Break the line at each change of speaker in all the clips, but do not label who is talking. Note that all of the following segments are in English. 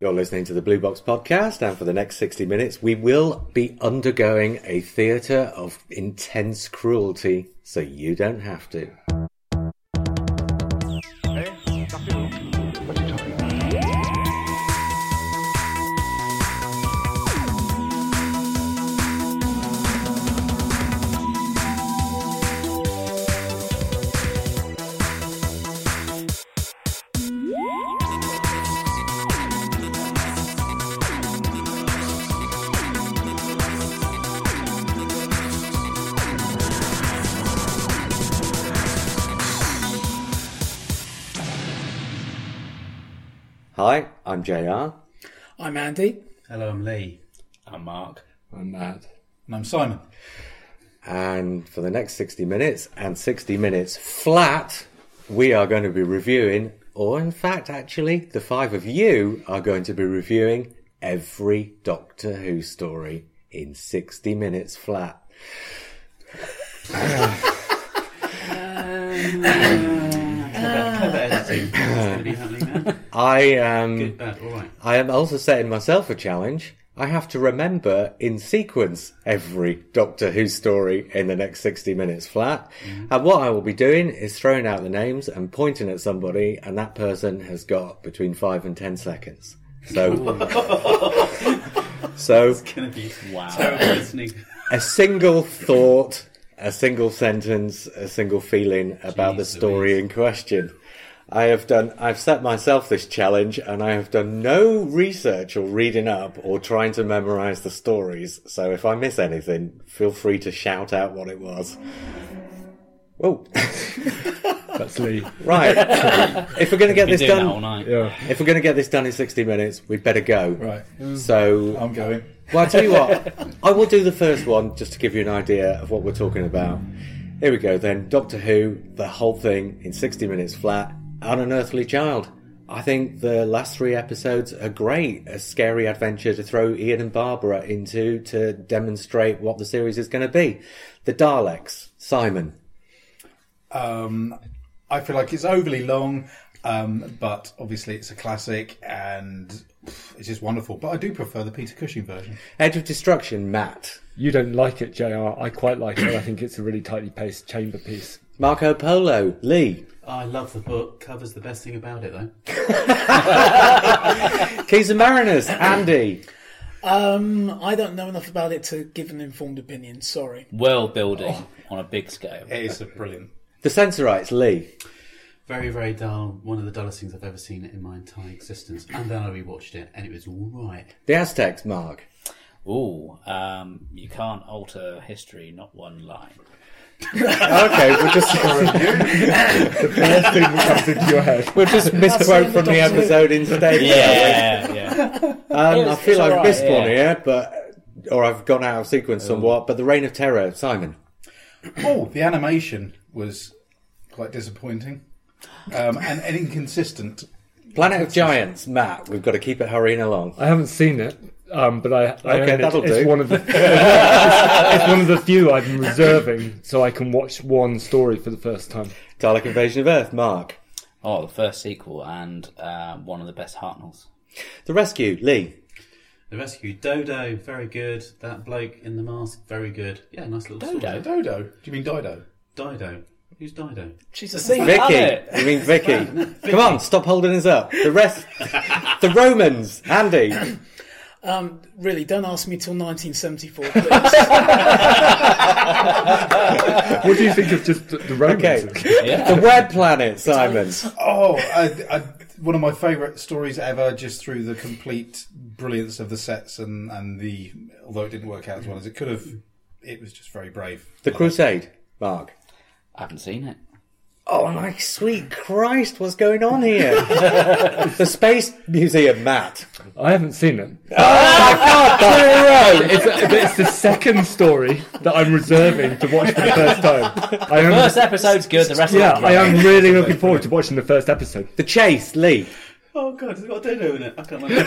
You're listening to the Blue Box Podcast, and for the next 60 minutes, we will be undergoing a theatre of intense cruelty, so you don't have to. Hi, I'm JR.
I'm Andy.
Hello, I'm Lee. I'm Mark.
I'm mad.
And I'm Simon.
And for the next 60 minutes and 60 minutes flat, we are going to be reviewing, or in fact, actually, the five of you are going to be reviewing every Doctor Who story in 60 minutes flat.
Clever editing. It's going to be happening now.
I um, am.
Good, bad, all right.
I am also setting myself a challenge. I have to remember in sequence every Doctor Who story in the next 60 minutes flat. And what I will be doing is throwing out the names and pointing at somebody, and that person has got between 5 and 10 seconds. So, so
It's going to be wow. terrible listening.
a single thought, a single sentence, a single feeling about the
Jeez
story in question. I have done, I've set myself this challenge and I have done no research or reading up or trying to memorize the stories. So if I miss anything, feel free to shout out what it was. Whoa.
That's Lee.
Right. if we're going to get
Been
this
doing that all
done,
night.
Yeah.
if we're going to get this done in 60 minutes, we'd better go.
Right.
So
I'm going.
well, I tell you what, I will do the first one just to give you an idea of what we're talking about. Here we go then. Doctor Who, the whole thing in 60 minutes flat, an unearthly child. I think the last three episodes are great. A scary adventure to throw Ian and Barbara into to demonstrate what the series is going to be. The Daleks, Simon.
Um, I feel like it's overly long, um, but obviously it's a classic and pff, it's just wonderful. But I do prefer the Peter Cushing version.
Edge of Destruction, Matt.
You don't like it, JR. I quite like it. I think it's a really tightly paced chamber piece.
Marco Polo, Lee.
I love the book. Covers the best thing about it, though.
Keys and Mariners, Andy.
Um, I don't know enough about it to give an informed opinion. Sorry.
world building
Oh.
on a big scale.
It is a brilliant.
The Censorites, Lee.
Very, very dull. One of the dullest things I've ever seen in my entire existence. And then I rewatched it, and it was all right.
The Aztecs, Mark.
Ooh, um, you can't alter history, not one line.
Okay, we're just.
First thing that comes into your head.
We'll just misquote
saying
from
the
the
Doctor Who.
episode instead.
Yeah, yeah.
Um, I
It's-
feel
it's
I've
alright,
missed one
yeah.
here, but or I've gone out of sequence somewhat. But the Reign of Terror, Simon.
Oh, the animation was quite disappointing um, and, and inconsistent.
Planet of Giants, Matt. We've got to keep it hurrying along.
I haven't seen it, um, but I, I
Okay,
own it.
that'll
it's
do.
One of the, it's, one of the few I've been reserving so I can watch one story for the first time.
Dalek Invasion of Earth, Mark.
Oh, the first sequel and uh, one of the best Hartnells.
The Rescue, Lee.
The Rescue. Dodo, very good. That bloke in the mask, very good. Yeah, nice little story.
Dodo?
Dodo? Do you mean Dido?
Dido. Who's Dido?
She's a singer.
Vicky.
it.
You mean Vicky? Come on, stop holding us up. The rest. the Romans, Andy.
Um, really, don't ask me till 1974. Please.
What do you think of just the, the romance?
Okay. The
Yeah.
Web Planet, Simon.
Oh, I, I, one of my favourite stories ever, just through the complete brilliance of the sets and, and the. Although it didn't work out as well as it could have, it was just very brave.
The Crusade, Mark.
I haven't seen it.
Oh my sweet Christ, what's going on here? the Space Museum, Matt.
I haven't seen it.
Zero!
It's, but it's the second story that I'm reserving to watch for the first time. I am,
First episode's good. The rest
yeah,
of
I am really looking forward to watching the first episode.
The Chase, Lee.
Oh, God, it's got Dodo in it. I can't remember.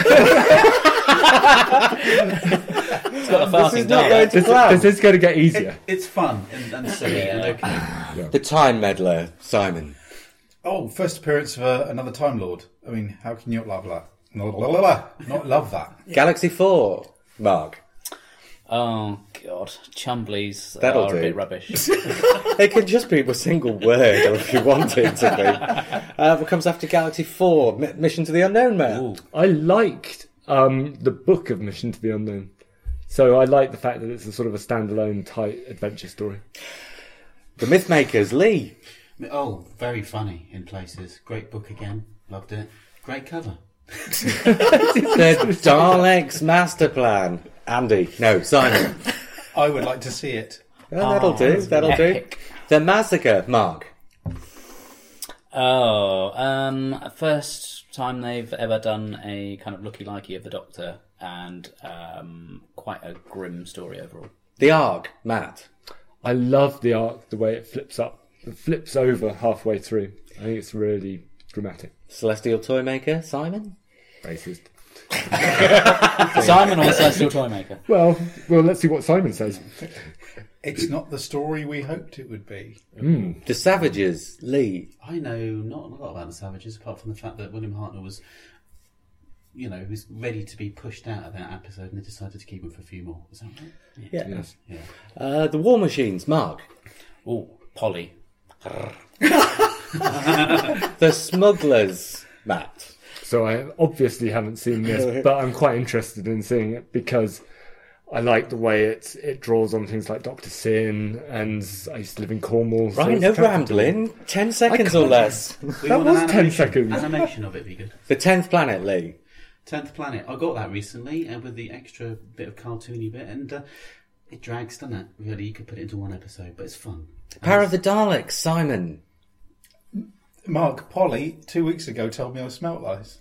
it's got a
This
farting
is not going
dog.
to
This,
plan.
this is going to get easier.
it's fun and, and silly and okay.
The Time Meddler, Simon.
Oh, first appearance of uh, another Time Lord. I mean, how can you not love that? La, la, la, la. Not love that.
Galaxy 4, Mark.
Oh God, Chumblies
That'll
are
do.
a bit rubbish.
It could just be a single word if you want it to be. Uh, what comes after Galaxy 4? Mi- Mission to the Unknown Man.
Ooh.
I liked um, the book of Mission to the Unknown. So I like the fact that it's a sort of a standalone type adventure story.
The Mythmakers, Lee.
Oh, very funny in places. Great book again. Loved it. Great cover.
The Daleks Master Plan. Andy. No, Simon.
I would like to see it.
Yeah, that'll do. That'll
epic.
do. The Massacre, Mark.
Oh, um, first time they've ever done a kind of looky likey of the Doctor, and um, quite a grim story overall.
The Arg, Matt.
I love the arc, the way it flips up, it flips over halfway through. I think it's really dramatic.
Celestial Toymaker, Simon.
Racist.
Simon or Celestial Toymaker?
Well, well, let's see what Simon says.
It's not the story we hoped it would be.
The Savages, Lee.
I know not a lot about the Savages, apart from the fact that William Hartnell was, you know, he was ready to be pushed out of that episode, and they decided to keep him for a few more. Is that right?
Yeah.
Yes.
Yeah.
Uh, the War Machines, Mark.
Ooh, Polly.
The Smugglers, Matt.
So I obviously haven't seen this, but I'm quite interested in seeing it because I like the way it it draws on things like Doctor Sin, and I used to live in Cornwall. so
Right,
it's
no
kind of-
rambling. Ten seconds or less.
We
That
want an
was 10
animation-
seconds.
Animation of it be good.
The Tenth Planet, Lee.
Tenth Planet. I got that recently, and with the extra bit of cartoony bit, and uh, it drags, doesn't it? Really, you could put it into one episode, but it's fun.
Power of the Daleks, Simon.
Mark Polly, two weeks ago, told me I smelt lice.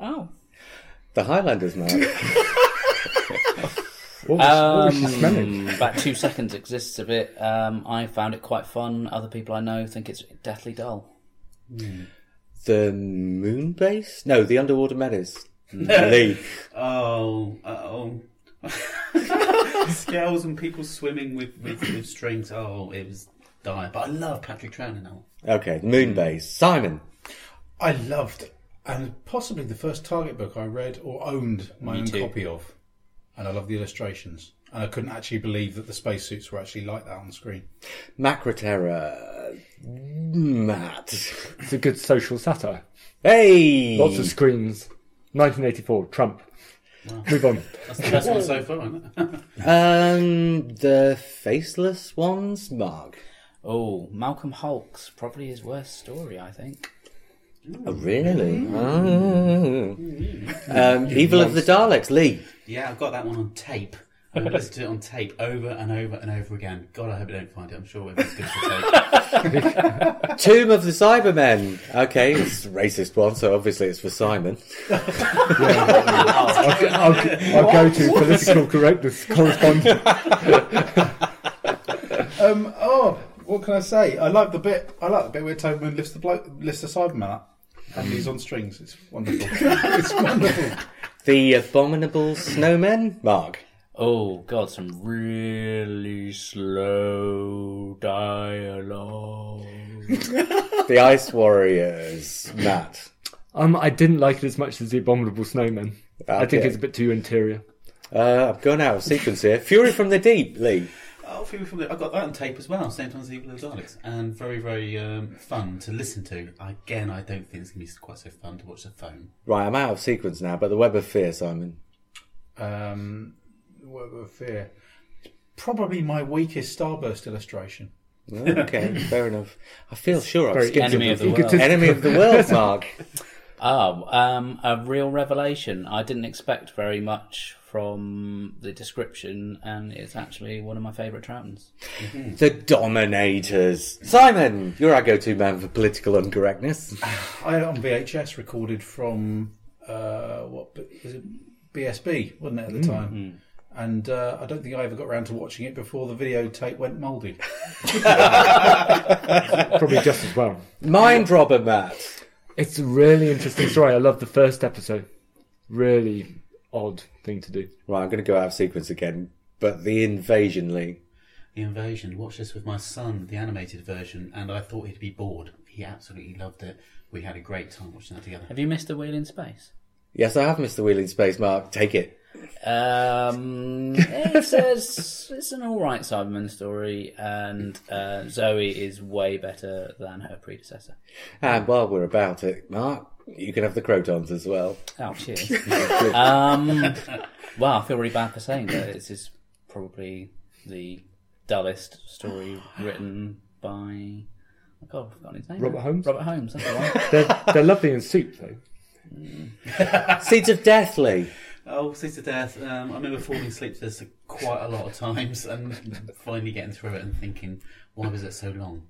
Oh.
The Highlanders, Mark.
What was, what was she smelling?
Mm, about two seconds exists of it. Um, I found it quite fun. Other people I know think it's deathly dull.
the Moon Base? No, the Underwater Meadows. Lee.
Oh, oh. Scales and people swimming with, with, with strings. Oh, it was dire. But I love Patrick Troughton in that one.
Okay, the Moon Base. Simon.
I loved and possibly the first Target book I read or owned my own
too.
copy of. And I loved the illustrations. And I couldn't actually believe that the spacesuits were actually like that on screen.
Macroterra. Matt.
It's a good social satire.
Hey!
Lots of screens. 1984, Trump. Move on.
That's the best one so far, isn't it?
Um, the Faceless Ones, Mark.
Oh, Malcolm Hulk's probably his worst story, I think.
Oh, really?
Mm-hmm.
Oh. Um, Evil of the Daleks, Lee.
yeah, I've got that one on tape. I listened to it on tape over and over and over again. God, I hope I don't find it. I'm sure everyone's good for tape.
Tomb of the Cybermen. Okay, it's a racist one, so obviously it's for Simon.
I'll, I'll go to political correctness correspondent.
Um, oh, what can I say? I like the bit. I like the bit where Toberman lifts the bloke, lifts the Cyberman up, and he's on strings. It's wonderful. it's wonderful.
The Abominable Snowmen, Mark.
Oh god, some really slow dialogue.
The Ice Warriors, Matt.
Um, I didn't like it as much as the Abominable Snowman. I think
Okay.
it's a bit too interior.
Uh, I'm going out of sequence here. Fury from the Deep, Lee.
oh, Fury from the, I got that on tape as well, same time as Evil of the Daleks. And very, very um, fun to listen to. Again, I don't think it's going to be quite so fun to watch the phone.
Right, I'm out of sequence now, but the Web of Fear, Simon.
Um, Work of Fear. Probably my weakest Starburst illustration.
Okay, fair enough. I feel sure I've
Very
skipped
Enemy of the
You could
world.
just-
Enemy of the World, Mark.
Oh, um, a real revelation. I didn't expect very much from the description, and it's actually one of my favourite Troutons.
the Dominators. Simon, you're our go-to man for political incorrectness.
I had it on VHS recorded from uh, what b- was it? BSB wasn't it at the time? And uh, I don't think I ever got around to watching it before the videotape went mouldy.
Probably just as well.
Mind robber, Matt.
It's a really interesting story. I love the first episode. Really odd thing to do.
Right, I'm going to go out of sequence again. But the Invasion League.
The Invasion. Watched this with my son, the animated version, and I thought he'd be bored. He absolutely loved it. We had a great time watching that together.
Have you missed a wheel in space?
Yes, I have missed the wheel in space, Mark. Take it.
Um, it's, a, it's an all right Cyberman story, and uh, Zoe is way better than her predecessor.
And while we're about it, Mark, you can have the crotons as well.
Oh, cheers. um, well, I feel really bad for saying that. This is probably the dullest story written by. Oh, God, I've forgotten his name.
Robert Holmes?
Robert Holmes, that's the one.
They're, they're lovely in soup, though.
Seeds of Death, Lee.
Oh, Seeds of Death. Um, I remember falling asleep to this quite a lot of times and finally getting through it and thinking, why was it so long?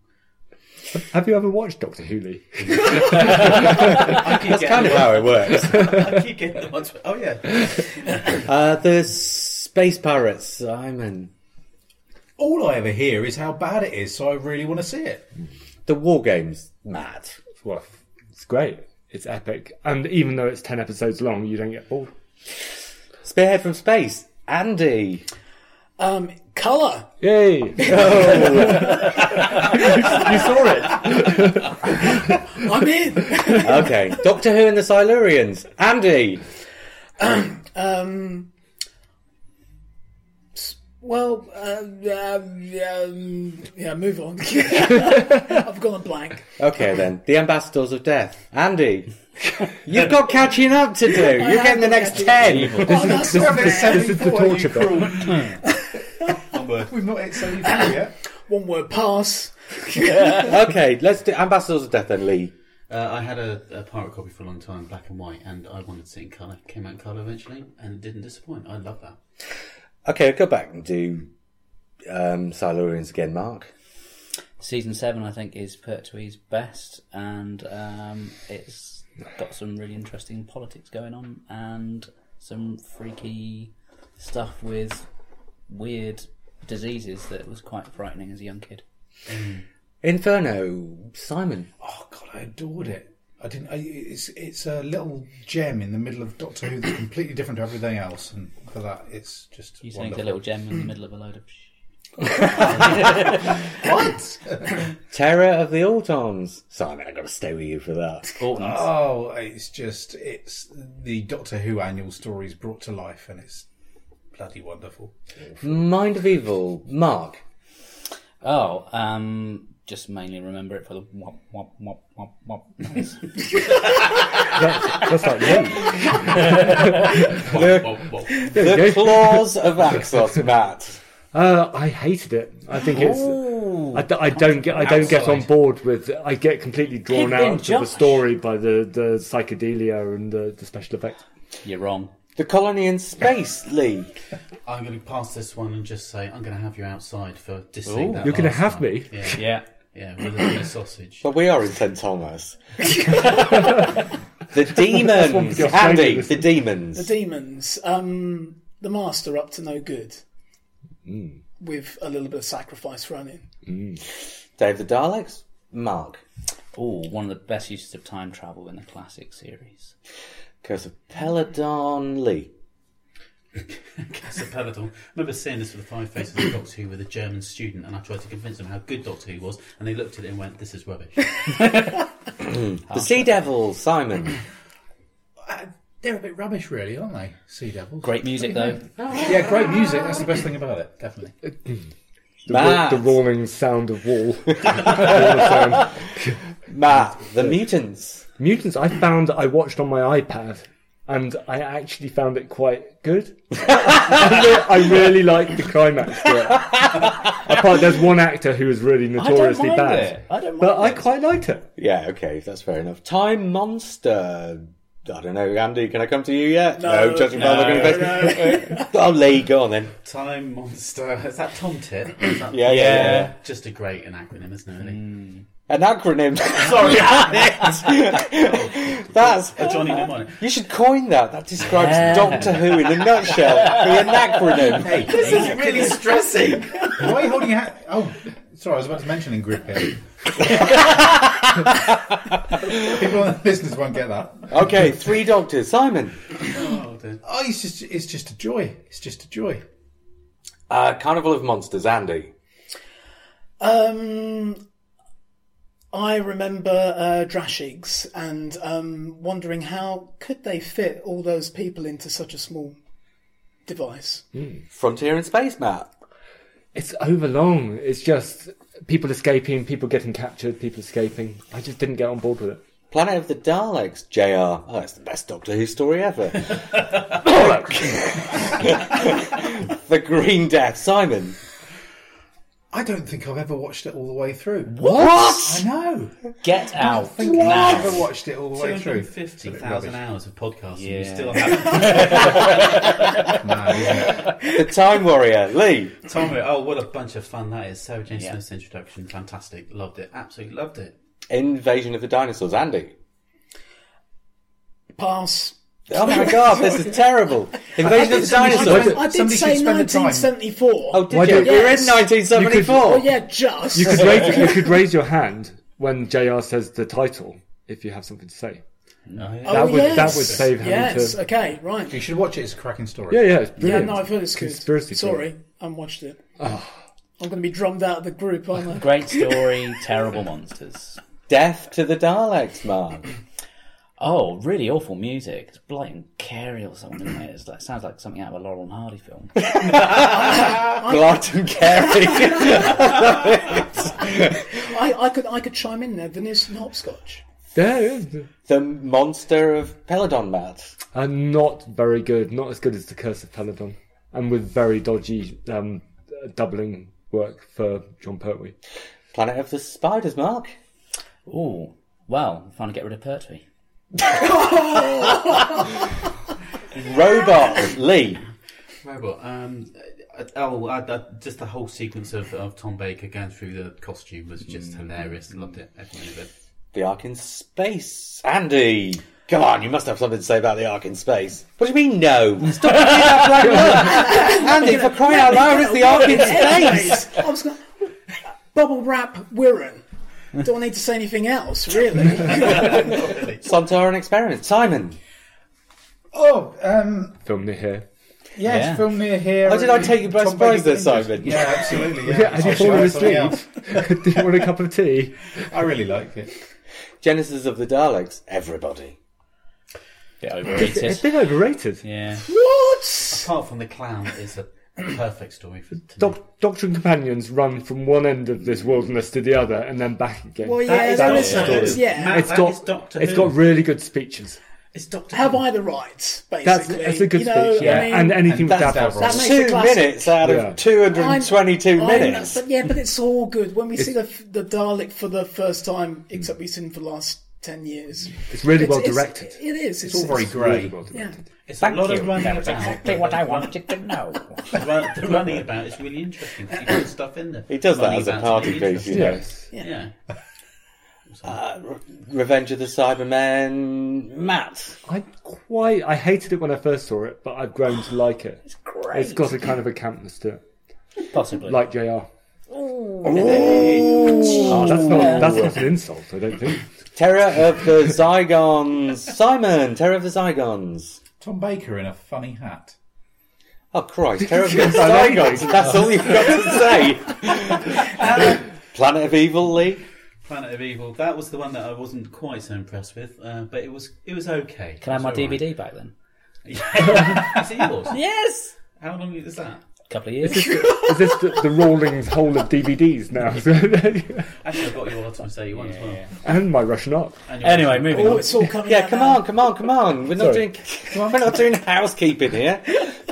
Have you ever watched Doctor Who? Lee?
I keep
That's kind of how it works.
I keep getting the ones. Oh, yeah.
Uh, the space pirate Simon.
All I ever hear is how bad it is, so I really want to see it.
The War Games, Matt.
Well, it's great. It's epic. And even though it's 10 episodes long, you don't get bored.
Spearhead from Space, Andy.
Um, colour.
Yay! you saw it.
I'm in.
Okay. Doctor Who and the Silurians, Andy.
Um, s- well, uh, um, um, yeah, move on. I've gone blank.
Okay then, the Ambassadors of Death, Andy. You've got catching up to do. You're getting the next ten.
Oh, that's
We're at
not bad.
this is the
74, you
torture bit.
cruel. We've not hit 74 yet.
One word pass.
Okay, let's do Ambassadors of Death then, Lee.
Uh, I had a, a pirate copy for a long time, black and white, and I wanted to see it in colour. Came out in colour eventually, and it didn't disappoint. I love that.
Okay, go back and do um, Silurians again, Mark.
Season 7, I think, is Pertwee's best, and um, it's got some really interesting politics going on and some freaky stuff with weird diseases that was quite frightening as a young kid.
Inferno, Simon.
Oh god, I adored it. I didn't. I, it's it's a little gem in the middle of Doctor Who that's completely different to everything else, and for that, it's just
You think it's
wonderful.
a little gem in the middle of a load of. sh-
Terror of the Autons. Simon, I've got to stay with you for that.
Orton's.
Oh, it's just it's the Doctor Who annual stories brought to life, and it's bloody wonderful.
Mind of Evil, Mark.
Oh, um, just mainly remember it for the wop wop wop wop wop. noise.
That's, that's like you.
Well, well, I
The Claws of Axos, Matt.
Uh, I hated it. I think it's.
Oh.
I, d- I don't get. I don't get on
Outside.
board with. I get completely drawn
Pippin
out of the
Josh.
story by the, the psychedelia and the, the special effects.
You're wrong.
The Colony in Space, Lee.
I'm going to pass this one and just say, I'm going to have you outside for dissing that
You're
going
gonna
to
have me?
Yeah,
Yeah.
yeah, with a, with a sausage.
But we are in St. Thomas. the Demons.
the Australians.
Andy, the
The
Demons.
demons. Um, the master up to no good.
Hmm.
With a little bit of sacrifice thrown in.
Dave the Daleks, Mark.
Oh, one of the best uses of time travel in the classic series.
Curse of Peladon, Lee.
It's a peloton. I remember seeing this for the Five Faces of Doctor Who with a German student, and I tried to convince them how good Doctor Who was, and they looked at it and went, "This is rubbish."
The Sea Devil, Simon.
Uh, They're a bit rubbish, really, aren't they? Sea Devils.
Great music though.
Yeah, great music. That's the best thing about it, definitely.
The, ra-
Matt.
the roaring sound of wall. Wall of sound.
Matt, the Mutants.
Mutants. I found. I watched on my iPad, and I actually found it quite good. I really liked the climax. To it. Apart, there's one actor who was really notoriously
I don't mind
bad.
it. I don't mind
But I
it.
quite liked it.
Yeah, okay, that's fair enough. Time Monster. I don't know, Andy, can I come to you yet?
No,
judging by the look on your face. oh, Lee, go on then.
Time Monster. Is that Tom Tit? Is that-
Yeah, yeah, yeah. Mm.
Just a great an acronym, isn't it? Really?
An acronym. Sorry, Alex. That's.
A Johnny Mnemonic.
You should coin that. That describes Doctor Who in a nutshell. The acronym.
This is really
stressing.
Why are you holding your hat? Oh, sorry, I was about to mention in grip here. People on the listeners won't get that.
Okay, three doctors. Simon.
Oh, dear.
Oh, it's just it's just a joy. It's just a joy.
Uh, Carnival of Monsters. Andy.
Um, I remember uh, Drashigs and um, wondering how could they fit all those people into such a small device.
Frontier in space, Matt.
It's overlong. It's just people escaping, people getting captured, people escaping. I just didn't get on board with it.
Planet of the Daleks, JR. Oh, it's the best Doctor Who story ever. the Green Death, Simon.
I don't think I've ever watched it all the way through.
What?
I know. I
Get out.
think I've never watched it all the way through.
250,000 hours of podcasts and you
Yeah.
still haven't
The Time Warrior, Lee.
told me. Oh, what a bunch of fun that is. Sarah Jane
Yeah.
Smith's introduction, fantastic. Loved it. Absolutely loved it.
Invasion of the Dinosaurs, Andy.
Pass.
Oh my god, this is terrible. Invasion of the
I,
Dinosaurs.
did- I did
Somebody
say
should spend the time.
1974.
Oh, did
Why
you? Oh,
do-
We're in
Yes.
1974.
well, yeah, just.
You could raise, you could raise your hand when JR says the title if you have something to
oh,
say. that would- that
yes.
would save having
Yes,
to-
okay, right.
You should watch it. It's a cracking story.
Yeah, yeah, it's
Yeah,
brilliant.
no, I've heard it's good.
Conspiracy theory. Ah.
Sorry, I haven't watched it. I'm going to be drummed out of the group, aren't I?
Great story, terrible monsters.
Death to the Daleks, Mark.
Oh, really awful music. It's Blight Carey or something, isn't it? It's like, sounds like something out of a Laurel and Hardy film.
Glad and Carey.
I, I could I could chime in there. Venetian hopscotch.
Yeah, yeah.
the monster of Peladon, Matt.
And not very good. Not as good as the Curse of Peladon, and with very dodgy um, doubling work for John Pertwee.
Planet of the Spiders, Mark.
Ooh, well, trying to get rid of Pertwee.
Robot, Lee.
Robot. Um, uh, oh, I, I, just the whole sequence of, of Tom Baker going through the costume was just
Mm.
hilarious. Loved it. Every minute of it.
The Ark in Space, Andy. Come on, you must have something to say about the Ark in Space. What do you mean, no? Stop doing that black look. Andy, for crying out loud, it's the Ark in Space.
Anyways, I was going bubble wrap Wirren. Don't need to say anything else, really.
Sontaran Experiment, Simon.
Oh, um,
Film near here.
yeah,
Yeah.
it's filmed near here.
Oh, did I take you by
Tom
surprise
Baker
there,
Fingers.
Simon?
Yeah, absolutely. Yeah,
Yeah, I
It's
just
actually
thought it was
something else.
Do you want a cup of tea?
I really like it.
Genesis of the Daleks, everybody.
Bit
It's
overrated.
been overrated.
yeah.
what?
Apart from the clown, is a perfect story for today.
Doc- Doctor and companions run from one end of this wilderness to the other and then back again.
Well, yeah,
is
there
not
is
Doctor
that.
Who.
Yeah.
Matt-
it's
that
got
is Doctor
it's
Who.
got really good speeches.
It's Doctor
Have
Who.
I the right? Basically,
That's that's a good
you know,
speech.
I
Yeah,
mean,
and anything with
that's
Davros.
Davros.
That makes it
Two
classic.
minutes out
Yeah.
of 222
I'm- I'm-
minutes.
but yeah, but it's all good when we see the the Dalek for the first time, except we've seen him for the last ten years.
It's really well
it's-
directed.
It is. It's,
It's all very
Really
grey.
well directed.
Yeah.
It's a lot of running
That
about.
was exactly what I wanted to know.
The run- the running about is really interesting. 'cause He puts stuff in there.
He does that
Running
as a
about's
party
really
piece, you
interesting.
know.
Yes.
Yeah.
Revenge of the Cybermen, Matt.
I quite I hated it when I first saw it, but I've grown to like it. It's great. It's got a kind of a campness to it,
Possibly.
like Jr. Oh, that's not that's not an insult. I don't think.
Terror of the Zygons, Simon. Terror of the Zygons.
Tom Baker in a funny hat.
Oh Christ! Terror of the Zygons. That's all you've got to say. Planet of Evil, Lee.
Planet of Evil. That was the one that I wasn't quite so impressed with, uh, but it was it was okay.
Can I have my
It's all right.
DVD back then?
Is it yours?
Yes!
How long is that?
A couple of years.
Is this the, the rolling whole of DVDs now?
Actually, I've got your Ultimate 81 as well.
and my Russian art.
And your-
anyway, moving
Oh,
on.
it's all coming.
Yeah,
out
come
now.
on, come on, come on. We're not
Sorry.
doing we're not doing housekeeping here.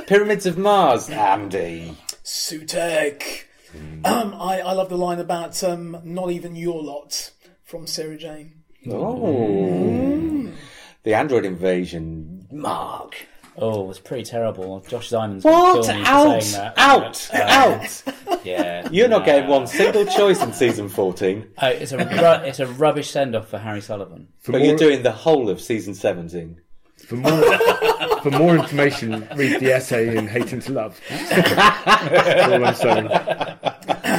Pyramids of Mars, Andy.
Sutek. Um, I, I love the line about um, not even your lot from Sarah Jane.
Oh. The android invasion, Mark.
Oh, it's pretty terrible. Josh Simon's going
What?
to kill me for
Out!
saying that.
Out!
Uh,
Out!
Yeah.
You're not
nah.
getting one single choice in season 14,
Oh, it's a ru- it's a rubbish send off for Harry Sullivan.
For
but
more,
you're doing the whole of season 17.
for more for more information, read the essay in Hating to Love. That's all I'm saying.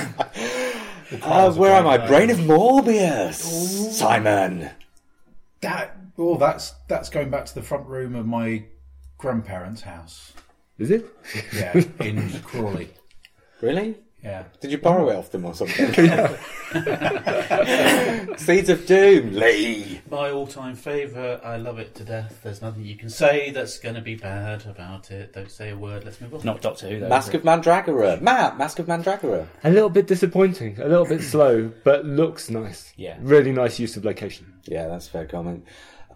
Uh, where am I? Brain of Morbius! Simon!
That oh, that's that's going back to the front room of my grandparents' house.
Is it?
Yeah, in Crawley.
Really?
Yeah.
Did you borrow it off them or something? Seeds of Doom, Lee.
My all time favourite. I love it to death. There's nothing you can say that's going to be bad about it. Don't say a word. Let's move on.
Not Doctor Who, though.
Mask
is it?
of Mandragora. Matt, Mask of Mandragora.
A little bit disappointing, a little bit slow, but looks nice.
Yeah.
Really nice use of location.
Yeah, that's a fair comment.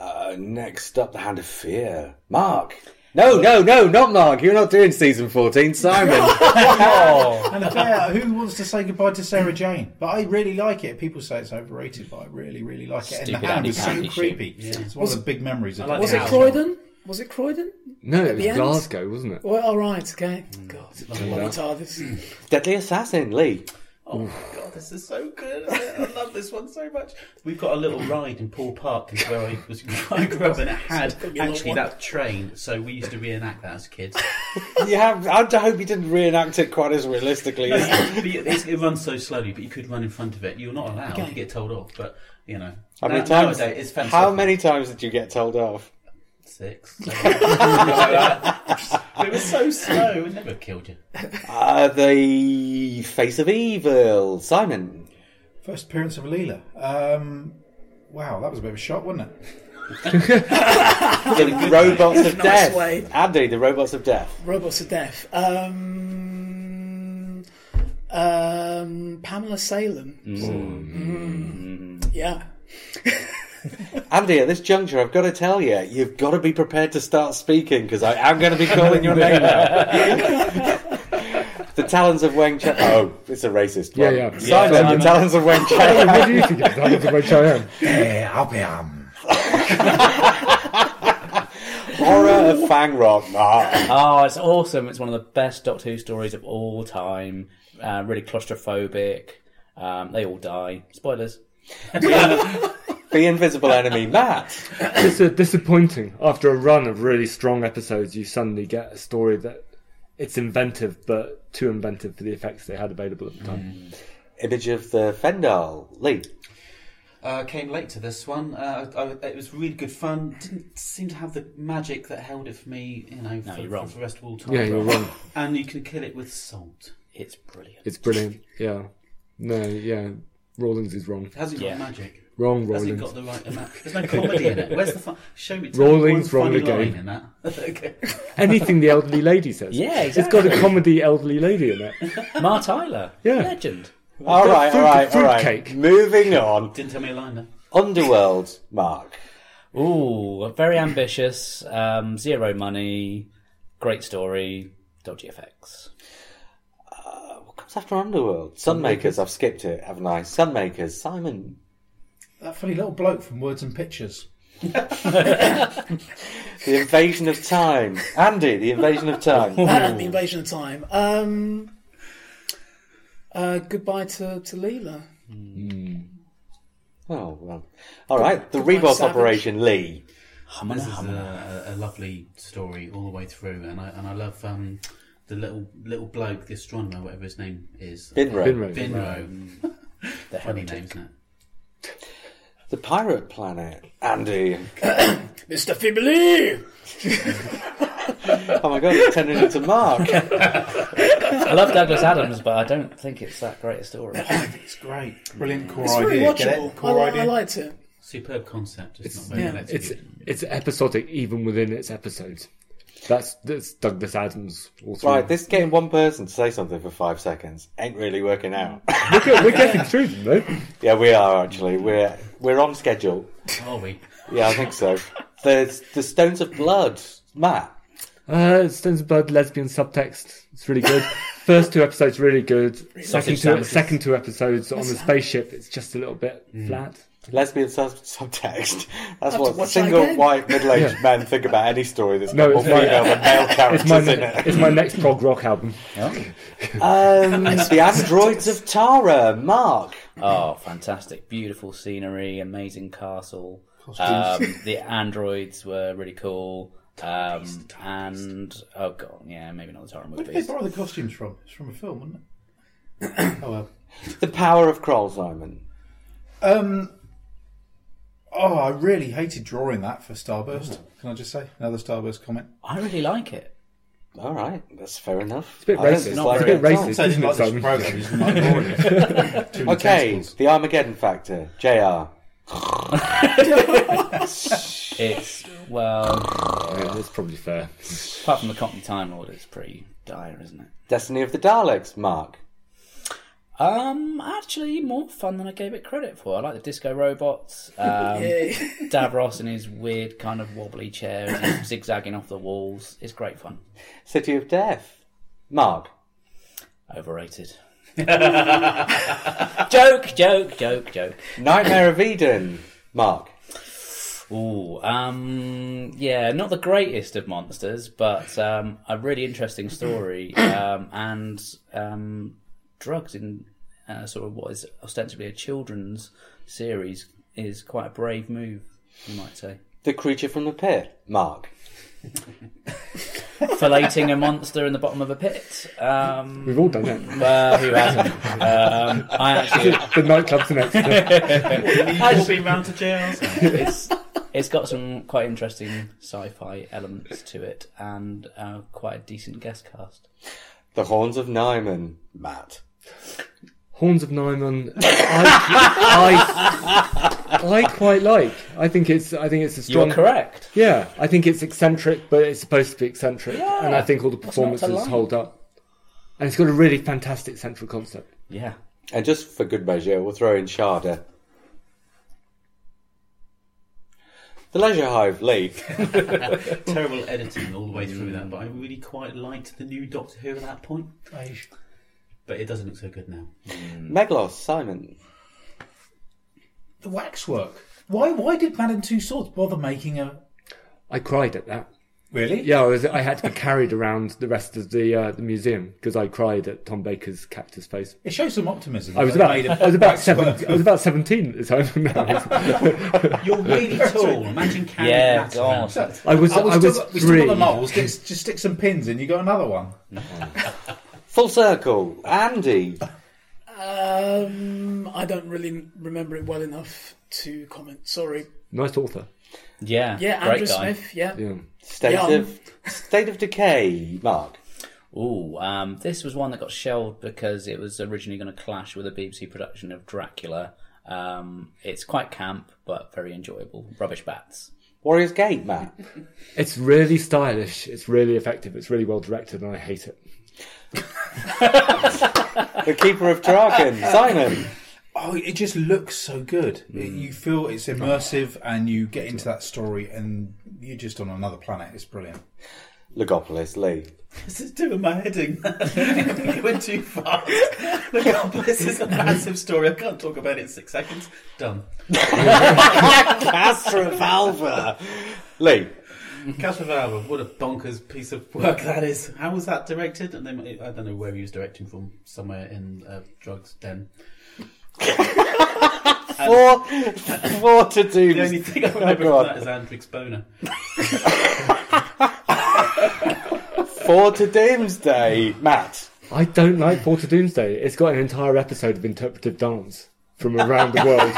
Uh, next up, the Hand of Fear. Mark. No, no, no, not Mark. You're not doing season 14, Simon.
And a player who wants to say goodbye to Sarah Jane, but I really like it. People say it's overrated, but I really, really like it. and
Stupid
the hand
Andy
was so
Pandy
creepy. It's one of the big memories of
I like
Was
the
it
house.
Croydon? Was it Croydon?
No, it was
the end?
Glasgow, wasn't it?
Well, all right, okay. God, I'm retarded.
Deadly Assassin, Lee.
Oh my god, this is so good! I love this one so much. We've got a little ride in Poole Park is where I was I grew up, and it had actually that train. So we used to reenact that as kids.
You have, I hope you didn't reenact it quite as realistically as
But it, it's- it runs so slowly, but you could run in front of it. You're not allowed. to You get told off. But you know,
How many
now-
times?
nowadays, it's fanciful.
how many times did you get told off?
Six. seven. it was so slow. It never killed you.
Uh, the face of evil, Simon.
First appearance of Leela. Um, wow, that was a bit of a shock, wasn't it?
The robots of
Nice
death,
way.
Andy. The robots of death.
Robots of Death. Um, um, Pamela Salem. Mm. Yeah.
Andy, at this juncture, I've got to tell you, you've got to be prepared to start speaking because I am going to be calling your name now. the talons of Wang Chang. Oh, it's a racist.
Yeah,
one.
yeah. Yeah,
Simon,
Simon.
the talons of Wang
Hey,
Chang.
what do you think of Diamonds of H.I.M.?
Horror of Fang Rock. Ah.
Oh, it's awesome. It's one of the best Doctor Who stories of all time. Uh, really claustrophobic. Um, they all die. Spoilers.
The invisible enemy, Matt.
It's a uh, disappointing. After a run of really strong episodes, you suddenly get a story that it's inventive, but too inventive for the effects they had available at the time.
Image of the Fendal, Lee.
Uh, came late to this one. Uh, I, I- it was really good fun. Didn't seem to have the magic that held it for me. You know, for,
you're wrong.
for the rest of all time.
Yeah, you're wrong.
And you can kill it with salt.
It's brilliant.
It's brilliant. Yeah. No, yeah. Rawlings is wrong.
It hasn't
Yeah.
got magic.
Wrong, Rawlings.
Hasn't got the right amount. There's no comedy in it. Where's the fun? Show me. tell me
Rolling's
one funny
wrong
line
again.
In that. okay.
Anything the elderly lady says.
Yeah,
It's got a comedy elderly lady in it.
Mar Tyler.
Yeah.
Legend.
All right, all
fruit-
right, all right.
fruitcake.
Moving on.
Didn't tell me a line there.
Underworld, Mark.
Ooh, very ambitious. Um, zero money. Great story. Dodgy effects.
What comes after Underworld? Sunmakers. I've skipped it, haven't I? Sunmakers. Simon.
That funny little bloke from Words and Pictures.
The Invasion of Time. Andy, The Invasion of Time.
And the Invasion of Time. Um, uh, goodbye to, to Leela.
Oh, well. All right. The
Goodbye,
Reboss
Savage.
Operation, Lee.
Humana
This is
Humana.
a, a, a lovely story all the way through, and I and I love um, the little little bloke, the astronomer, whatever his name is.
Binro.
Binro.
Binro.
The
Funny
Heretic.
name, isn't it?
The Pirate Planet. Andy.
Mr. Fibberly!
Oh my god, it's turning into Mark.
I love Douglas Adams, but I don't think it's that great a story.
It's great. Brilliant core
It's very
idea. Get
watchable.
it?
I,
Core
li-
idea.
I liked it.
Superb concept. It's, not very
yeah.
well
It's
executed.
it's episodic even within its episodes. That's that's Douglas Adams. all through.
Right, this getting one person to say something for five seconds ain't really working out.
We're, go- we're getting through them though.
yeah, we are actually. We're we're on schedule.
Are we?
Yeah, I think so. There's the Stones of Blood. Matt.
Uh, Stones of Blood lesbian subtext. It's really good. First two episodes really good. Second
Sausage
two,
sandwiches.
second two episodes on the spaceship. It's just a little bit flat.
Lesbian sub- subtext. That's
to
what
watch
single
that again.
white middle-aged men think about any story that's
No,
got more
it's
female
my-
than male
It's my
characters in
ne-
it.
it's my next prog rock album.
Um, the androids of Tara, Mark.
Oh, fantastic. Beautiful scenery, amazing castle. Um, the androids were really cool. Um, and, oh god, yeah, maybe not the Tara
Where did they
movies.
borrow the costumes from? It's from a film, wasn't it? oh well.
The power of Kroll, Simon.
Um, oh, I really hated drawing that for Starburst. Can I just say another Starburst comment?
I really like it.
All right, that's fair enough. It's a
bit racist. It's
a
bit racist.
So it's
Isn't it,
like
Simon?
this program is like boring. Too many
Okay,
testicles.
the Armageddon factor, JR.
It's well,
Yeah, that's probably fair.
apart from the Cockney Time Lord, it's pretty dire, isn't it?
Destiny of the Daleks, Mark.
Um, actually, more fun than I gave it credit for. I like the disco robots. Um,
Yeah.
Davros in his weird kind of wobbly chair, as he's zigzagging off the walls. It's great fun.
City of Death, Mark.
Overrated. joke, joke, joke, joke.
Nightmare of Eden, Mark.
Ooh, um, yeah, not the greatest of monsters, but um, a really interesting story um, and um, drugs in uh, sort of what is ostensibly a children's series is quite a brave move, you might say.
The Creature from the Pit, Mark.
Filleting a monster in the bottom of a pit. Um,
We've all done it.
well, who hasn't? Um, I actually,
the nightclub's next. to-
You've been round to jails.
it's it's got some quite interesting sci-fi elements to it and uh, quite a decent guest cast.
The Horns of Naiman, Matt.
Horns of Naiman. I, I, I quite like. I think it's. I think it's a
You're
strong.
correct.
Yeah, I think it's eccentric, but it's supposed to be eccentric,
Yeah,
and I think all the
what's not to
performances
like?
hold up. And it's got a really fantastic central concept.
Yeah.
And just for good measure, we'll throw in Sharda. The Leisure Hive, Lee.
Terrible editing all the way through that, but I really quite liked the new Doctor Who at that point. But it doesn't look so good now.
Meglos, Simon.
The waxwork. Why? Why did Man in Two Swords bother making a?
I cried at that.
Really?
Yeah, I, was, I had to be carried around the rest of the uh, the museum because I cried at Tom Baker's cactus face.
It shows some optimism.
I was
They
about
made a
I was about
waxwork.
seven, I was about seventeen at the time. No.
You're really tall. Imagine carrying
Yeah,
that.
God.
around.
I was I
I
was,
was, still, we still
three.
got the moles. Just, just stick some pins in. You got another one.
Full Circle, Andy.
Um, I don't really remember it well enough to comment. Sorry.
Nice author.
Yeah.
Yeah,
great
Andrew
guy.
Smith. Yeah.
Yeah.
State
Yum.
of State of Decay, Mark.
Ooh, um, this was one that got shelved because it was originally going to clash with a BBC production of Dracula. Um, it's quite camp, but very enjoyable. Rubbish bats.
Warriors Gate, Matt.
It's really stylish. It's really effective. It's really well directed, and I hate it.
The Keeper of Draken, Simon.
Oh, it just looks so good. It-
Mm.
you feel it's immersive, and you get into that story, and you're just on another planet. It's brilliant.
Legopolis, Lee.
This is doing my head in. it went too fast. Look up, this is a massive story. I can't talk about it in six seconds. Done.
Astra Valva. Lee.
Casper Valva, what a bonkers piece of work that is. How was that directed? And then I don't know where he was directing from, somewhere in uh, drugs den.
Four, four to do.
The only thing I remember
go
from
on.
that is Andrix Boner.
Four to Doomsday, Matt.
I don't like Porter Doomsday. It's got an entire episode of interpretive dance from around the world,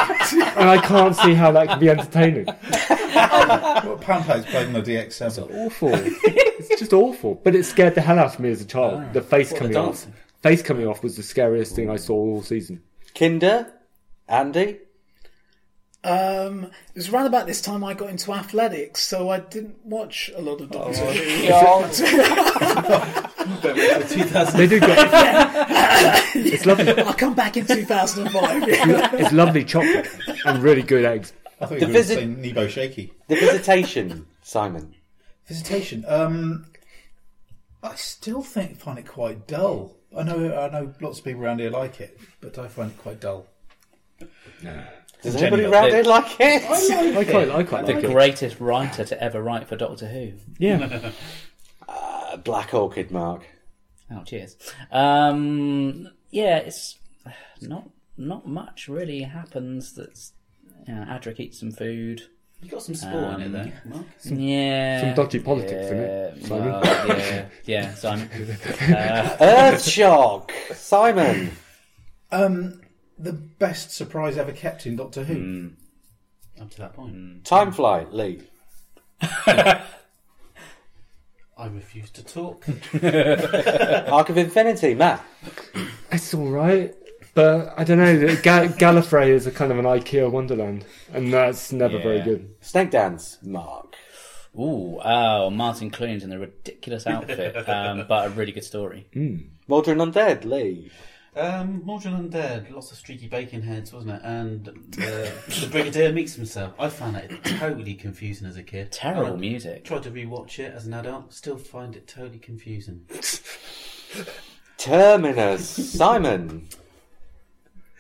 and I can't see how that could be entertaining.
Well, Panto's playing the DX7.
Awful. it's just awful. But it scared the hell out of me as Ah, a child. the face coming off.
dancing.
Face coming off was the scariest thing I saw all season.
Kinder. Andy.
Um, it was around about this time I got into athletics, so I didn't watch a lot of Doctor Who.
But it was 2000.
They do get. it's lovely.
I come back in 2005. yeah.
It's lovely chocolate and really good eggs.
I thought you were
visit-
saying Nebo Shaky.
The Visitation, Simon.
Visitation. Um, I still think find it quite dull. I know, I know, lots of people around here like it, but I find it quite dull.
Does anybody
Jenny got
round
it.
here like it?
I quite, I quite
The
like it.
greatest writer to ever write for Doctor Who.
Yeah.
Uh, Black Orchid, Mark.
Oh, cheers. Um, yeah, it's not not much really happens. That's you know, Adric eats some food.
You got some sport in it there, Mark.
Yeah,
Some dodgy politics in it,
Yeah,
Simon.
well, yeah, yeah, Simon.
Earthshock, Simon.
Um, the best surprise ever kept in Doctor
Mm.
Who.
Up to
hmm.
that point.
Time Flight, Lee.
I ref- refuse to talk.
Arc of Infinity, Matt.
It's all right, but I don't know. the Ga- Gallifrey is a kind of an IKEA wonderland, and that's never very
Yeah.
good.
Snake Dance, Mark.
Ooh, oh, Martin Clunes in a ridiculous outfit, um, but a really good story.
Mm.
Maldron Undead, Lee.
Um, Mordron Undead, lots of streaky bacon heads, wasn't it? And the, the Brigadier meets himself. I found that totally confusing as a kid.
Terrible
And I
music.
Tried to rewatch it as an adult, still find it totally confusing.
Terminus, Simon.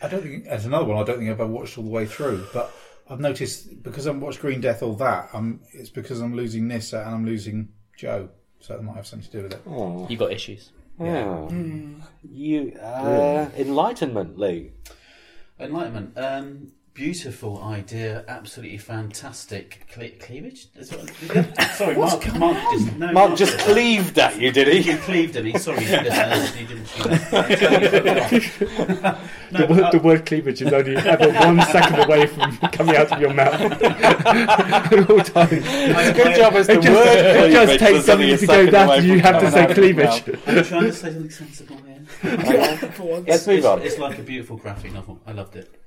I don't think there's another one I don't think I've ever watched all the way through, but I've noticed because I've watched Green Death all that, I'm, it's because I'm losing Nissa and I'm losing Joe, so that might have something to do with it.
You got issues.
Yeah.
Hmm.
You uh, Enlightenment, Lee.
Enlightenment. Um, beautiful idea, absolutely fantastic. Cle- cleavage? Is what, sorry, Mark. Mark, just, no,
Mark just cleaved at you, did
He
he?
cleaved at me. Sorry, he didn't. He didn't shoot.
The, word,
uh,
uh,
the word cleavage is only ever one second away from coming out of your mouth at all times.
Good job as the
It just,
word
it
cleavage
just takes
was only
something
a
to go
second away
that
from
you have to
coming out
say
of your mouth.
cleavage.
I'm trying to say something sensible here.
for once.
Let's move
It's,
on.
it's like a beautiful graphic novel. I loved it.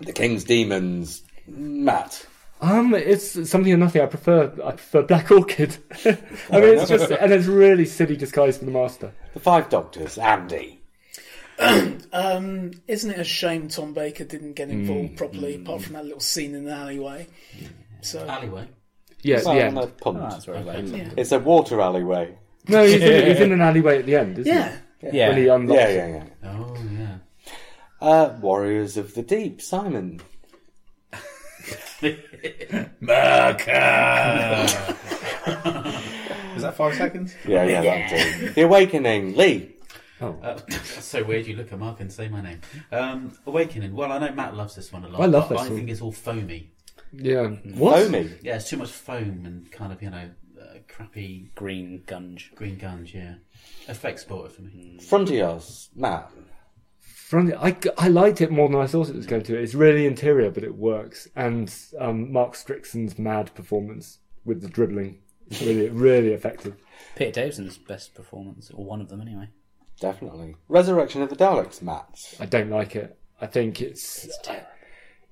The King's Demons, Matt.
Um, it's something or nothing. I prefer I prefer Black Orchid. I mean, it's just and it's really silly disguise for the master.
The Five Doctors, Andy.
Um, isn't it a shame Tom Baker didn't get involved properly, apart from that little scene in the alleyway? So
Alleyway.
Yeah,
Well,
the
no,
end.
punt.
Oh, that's very late.
yeah,
It's a water alleyway.
No, he's, in, he's in an alleyway at the end, isn't
yeah.
he? When he
Yeah.
unlocks
Yeah,
it.
yeah, yeah.
Oh yeah.
Uh, Warriors of the Deep, Simon.
Is that five seconds?
Yeah, yeah, that too. The Awakening, Lee.
Uh, that's so weird. You look at Mark and say my name. Um, Awakening. Well, I know Matt loves this one a lot.
I love
but
this
I
one.
think it's all foamy.
Yeah. What?
Omi.
Yeah, it's too much foam and kind of you know uh, crappy
Green Gunge.
green guns. Yeah, effect sporter for
Mm.
me.
Frontiers, Matt.
From the- I, I liked it more than I thought it was going to. It's really interior, but it works. And um, Mark Strickson's mad performance with the dribbling is really, really effective.
Peter Davison's best performance, or one of them anyway.
Definitely. Resurrection of the Daleks, Matt.
I don't like it. I think it's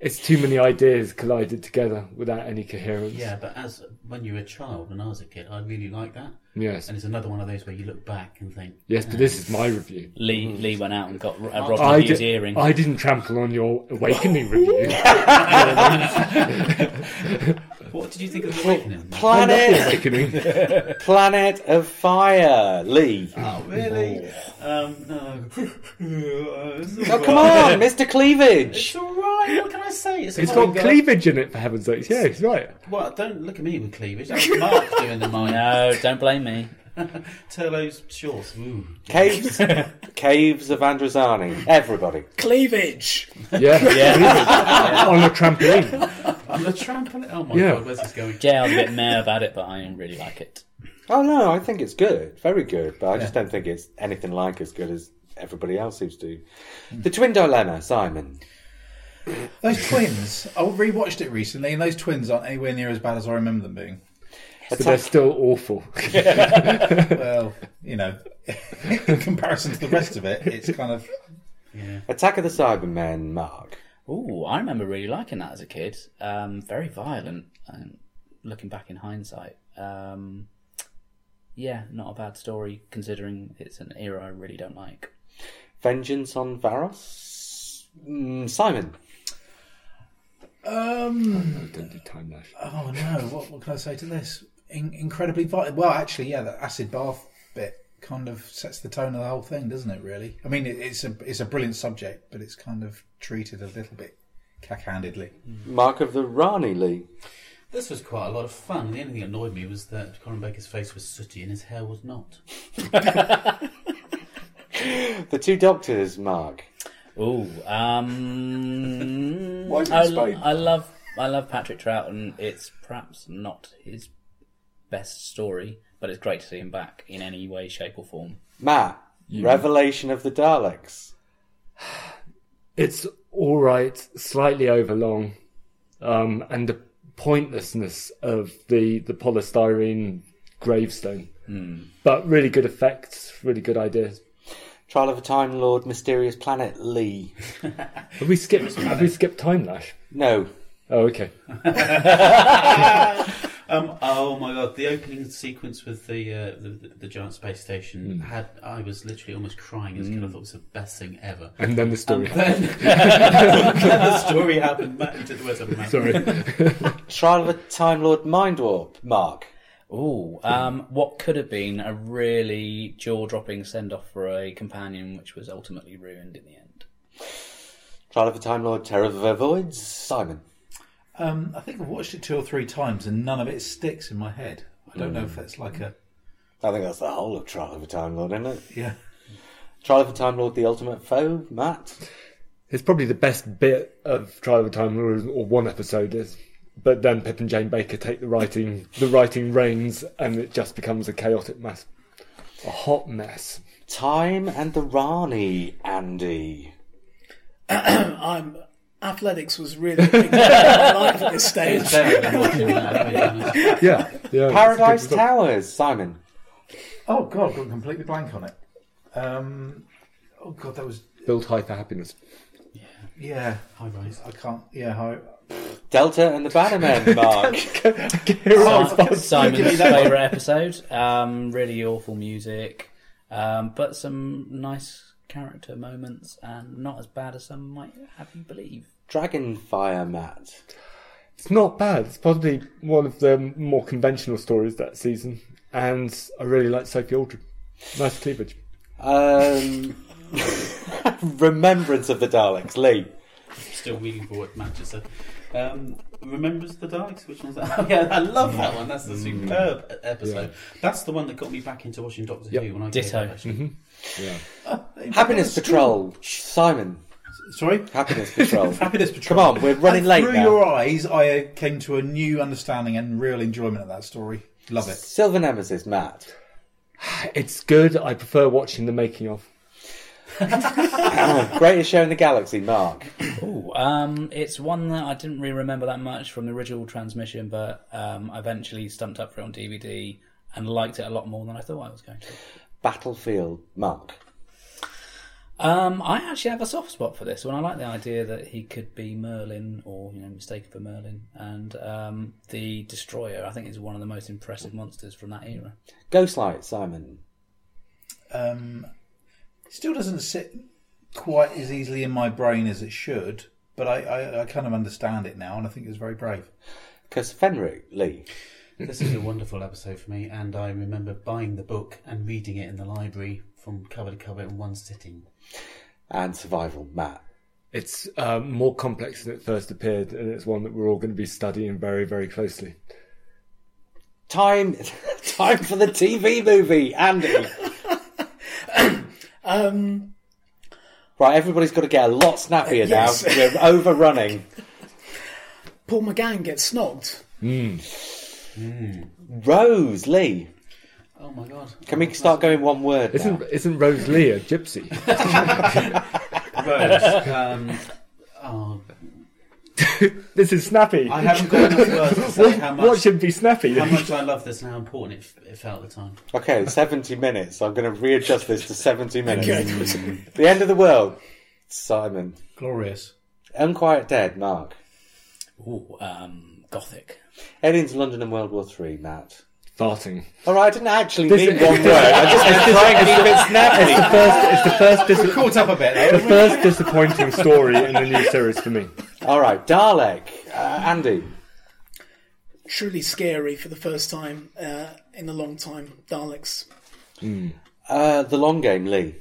it's, too many ideas collided together without any coherence.
Yeah, but as when you were a child, when I was a kid, I really liked that.
Yes.
And it's another one of those where you look back and think,
Yes, but this is my review.
Lee Lee went out and got ro- uh, robbed
Mm. I,
his
di-
earring.
I didn't trample on your awakening review.
"What did you think
Oh,
of Awakening?"
The
Planet,
awakening.
Planet of Fire, Lee.
Oh, really? Um, no.
Oh, come on, Mr. Cleavage.
It's alright, what can I say? It's
It's
a
got
manga.
cleavage in it, for heaven's sakes. Yeah, he's right.
Well, don't look at me with cleavage. That was Mark doing the mine.
No, don't blame me.
Turlo's shorts. Ooh.
Caves, Caves of Androzani. Everybody.
Cleavage.
Yeah, yeah. on a trampoline.
On the trampoline. Oh my
Yeah.
god, where's this going?
Yeah, I was a bit meh about it, but I really like it.
Oh no, I think it's good, very good, but I just don't think it's anything like as good as everybody else seems to. The Twin Dilemma, Simon.
Those twins. I rewatched it recently, and those twins aren't anywhere near as bad as I remember them being.
But they're still awful.
Well, you know, in comparison to the rest of it, it's kind of
Attack of the Cybermen, Mark.
Ooh, I remember really liking that as a kid. Um, very violent. And looking back in hindsight, um, yeah, not a bad story considering it's an era I really don't like.
Vengeance on Varos, mm, Simon.
um.
Don't do time lash.
Oh no! What, what can I say to this? In, incredibly violent. Well, actually, yeah, that acid bath bit kind of sets the tone of the whole thing, doesn't it? Really. I mean, it, it's a it's a brilliant subject, but it's kind of treated a little bit cack-handedly.
Mark of the Rani, Lee.
This was quite a lot of fun. The only thing that annoyed me was that Corin Baker's face was sooty and his hair was not.
The Two Doctors, Mark.
Ooh, um,
Why is it
I,
Spain?
I love I love Patrick Troughton. It's perhaps not his best story, but it's great to see him back in any way, shape, or form.
Matt. Revelation of the Daleks.
It's all right, slightly overlong, um, and the pointlessness of the the polystyrene gravestone. But really good effects, really good ideas.
Trial of a Time Lord, Mysterious Planet Lee.
Have we skipped? Have we skipped Time Lash?
No,
Oh, okay.
Um, oh my god, the opening sequence with the uh, the, the giant space station had I was literally almost crying as kid. I thought it was the best thing ever.
And then the
And
story.
then, then the story happened. Matt, you took the words out of my mouth.
Sorry.
Trial of a Time Lord, Mind Warp. Mark.
Ooh, um, what could have been a really jaw-dropping send-off for a companion, which was ultimately ruined in the end.
Trial of a Time Lord, Terror of the Voids. Simon.
Um, I think I've watched it two or three times, and none of it sticks in my head. I don't know if that's like a
I think that's the whole of Trial of a Time Lord, isn't it?
yeah.
Trial of a Time Lord, The Ultimate Foe. Matt.
it's probably the best bit of Trial of the Time Lord, or one episode is. But then Pip and Jane Baker take the writing, the writing reins, and it just becomes a chaotic mess, a hot mess.
Time and the Rani, Andy.
I'm athletics was really a big part of my life at this stage.
Very good watching that, I'll be honest.
Yeah, yeah
Paradise
it's good.
Towers, Simon.
Oh god, I've gone completely blank on it. Um, oh god, that was
Build high for happiness.
yeah.
High rise.
I can't. Yeah, I,
Delta and the Bannermen, Mark.
Simon, Simon's favourite episode. Um, really awful music, um, but some nice character moments, and not as bad as some might have you believe.
Dragonfire, Matt.
It's not bad. It's probably one of the more conventional stories that season, and I really like Sophie Aldred. Nice cleavage.
Um, Remembrance of the Daleks, Lee.
Still waiting for what Manchester. Um, remembers the Daleks? Which one's that? Oh, yeah, I love that one.
Mm.
That's the superb e- episode. That's the one that got me back into watching Doctor
Yep.
Who when I
Ditto.
Came, actually.
Mm-hmm. Happiness Patrol, Simon.
sorry.
Happiness Patrol.
Happiness Patrol.
Come on, we're running
And
late
Through
now.
your eyes, I uh, came to a new understanding and real enjoyment of that story. Love it.
Silver Nemesis, Matt.
It's good. I prefer watching the making of.
Greatest show in the galaxy, Mark.
Ooh, um, it's one that I didn't really remember that much from the original transmission, but um, I eventually stumped up for it on DVD and liked it a lot more than I thought I was going to.
Battlefield, Mark.
Um, I actually have a soft spot for this one. I like the idea that he could be Merlin, or you know, mistaken for Merlin, and um, the Destroyer. I think is one of the most impressive monsters from that era.
Ghostlight, Simon.
Um, still doesn't sit quite as easily in my brain as it should, but I, I, I kind of understand it now, and I think it was very brave.
Cus Fenric, Lee.
This is a wonderful episode for me, and I remember buying the book and reading it in the library from cover to cover in one sitting.
And Survival, Matt.
It's um, more complex than it first appeared, and it's one that we're all going to be studying very, very closely.
Time, time for the TV movie, Andy.
Um,
Right, everybody's got to get a lot snappier
Yes.
now. We're overrunning.
Paul McGann gets snogged.
Rose, Lee.
Oh my god!
Can we start going one word?
Isn't
now?
isn't Rose Lee a gypsy?
Rose? Um, oh,
this is snappy.
I haven't got enough words to say how
What
much
should be snappy?
how much I love this and how important it, f- it felt at the time.
Okay, 70 minutes. I'm going to readjust this to 70 minutes. the end of the world, Simon.
Glorious.
Unquiet Dead, Mark.
Ooh, um, Gothic.
Alien to London and World War Three, Matt.
Farting.
All right, I didn't actually
This
mean
is-
one word. I just was trying to keep it snappy.
First, it's the first dis-
Caught up a bit.
the
though.
first disappointing story in the new series for me.
All right, Dalek. Uh, Andy.
Truly scary for the first time uh, in a long time. Daleks.
Uh, the long game, Lee.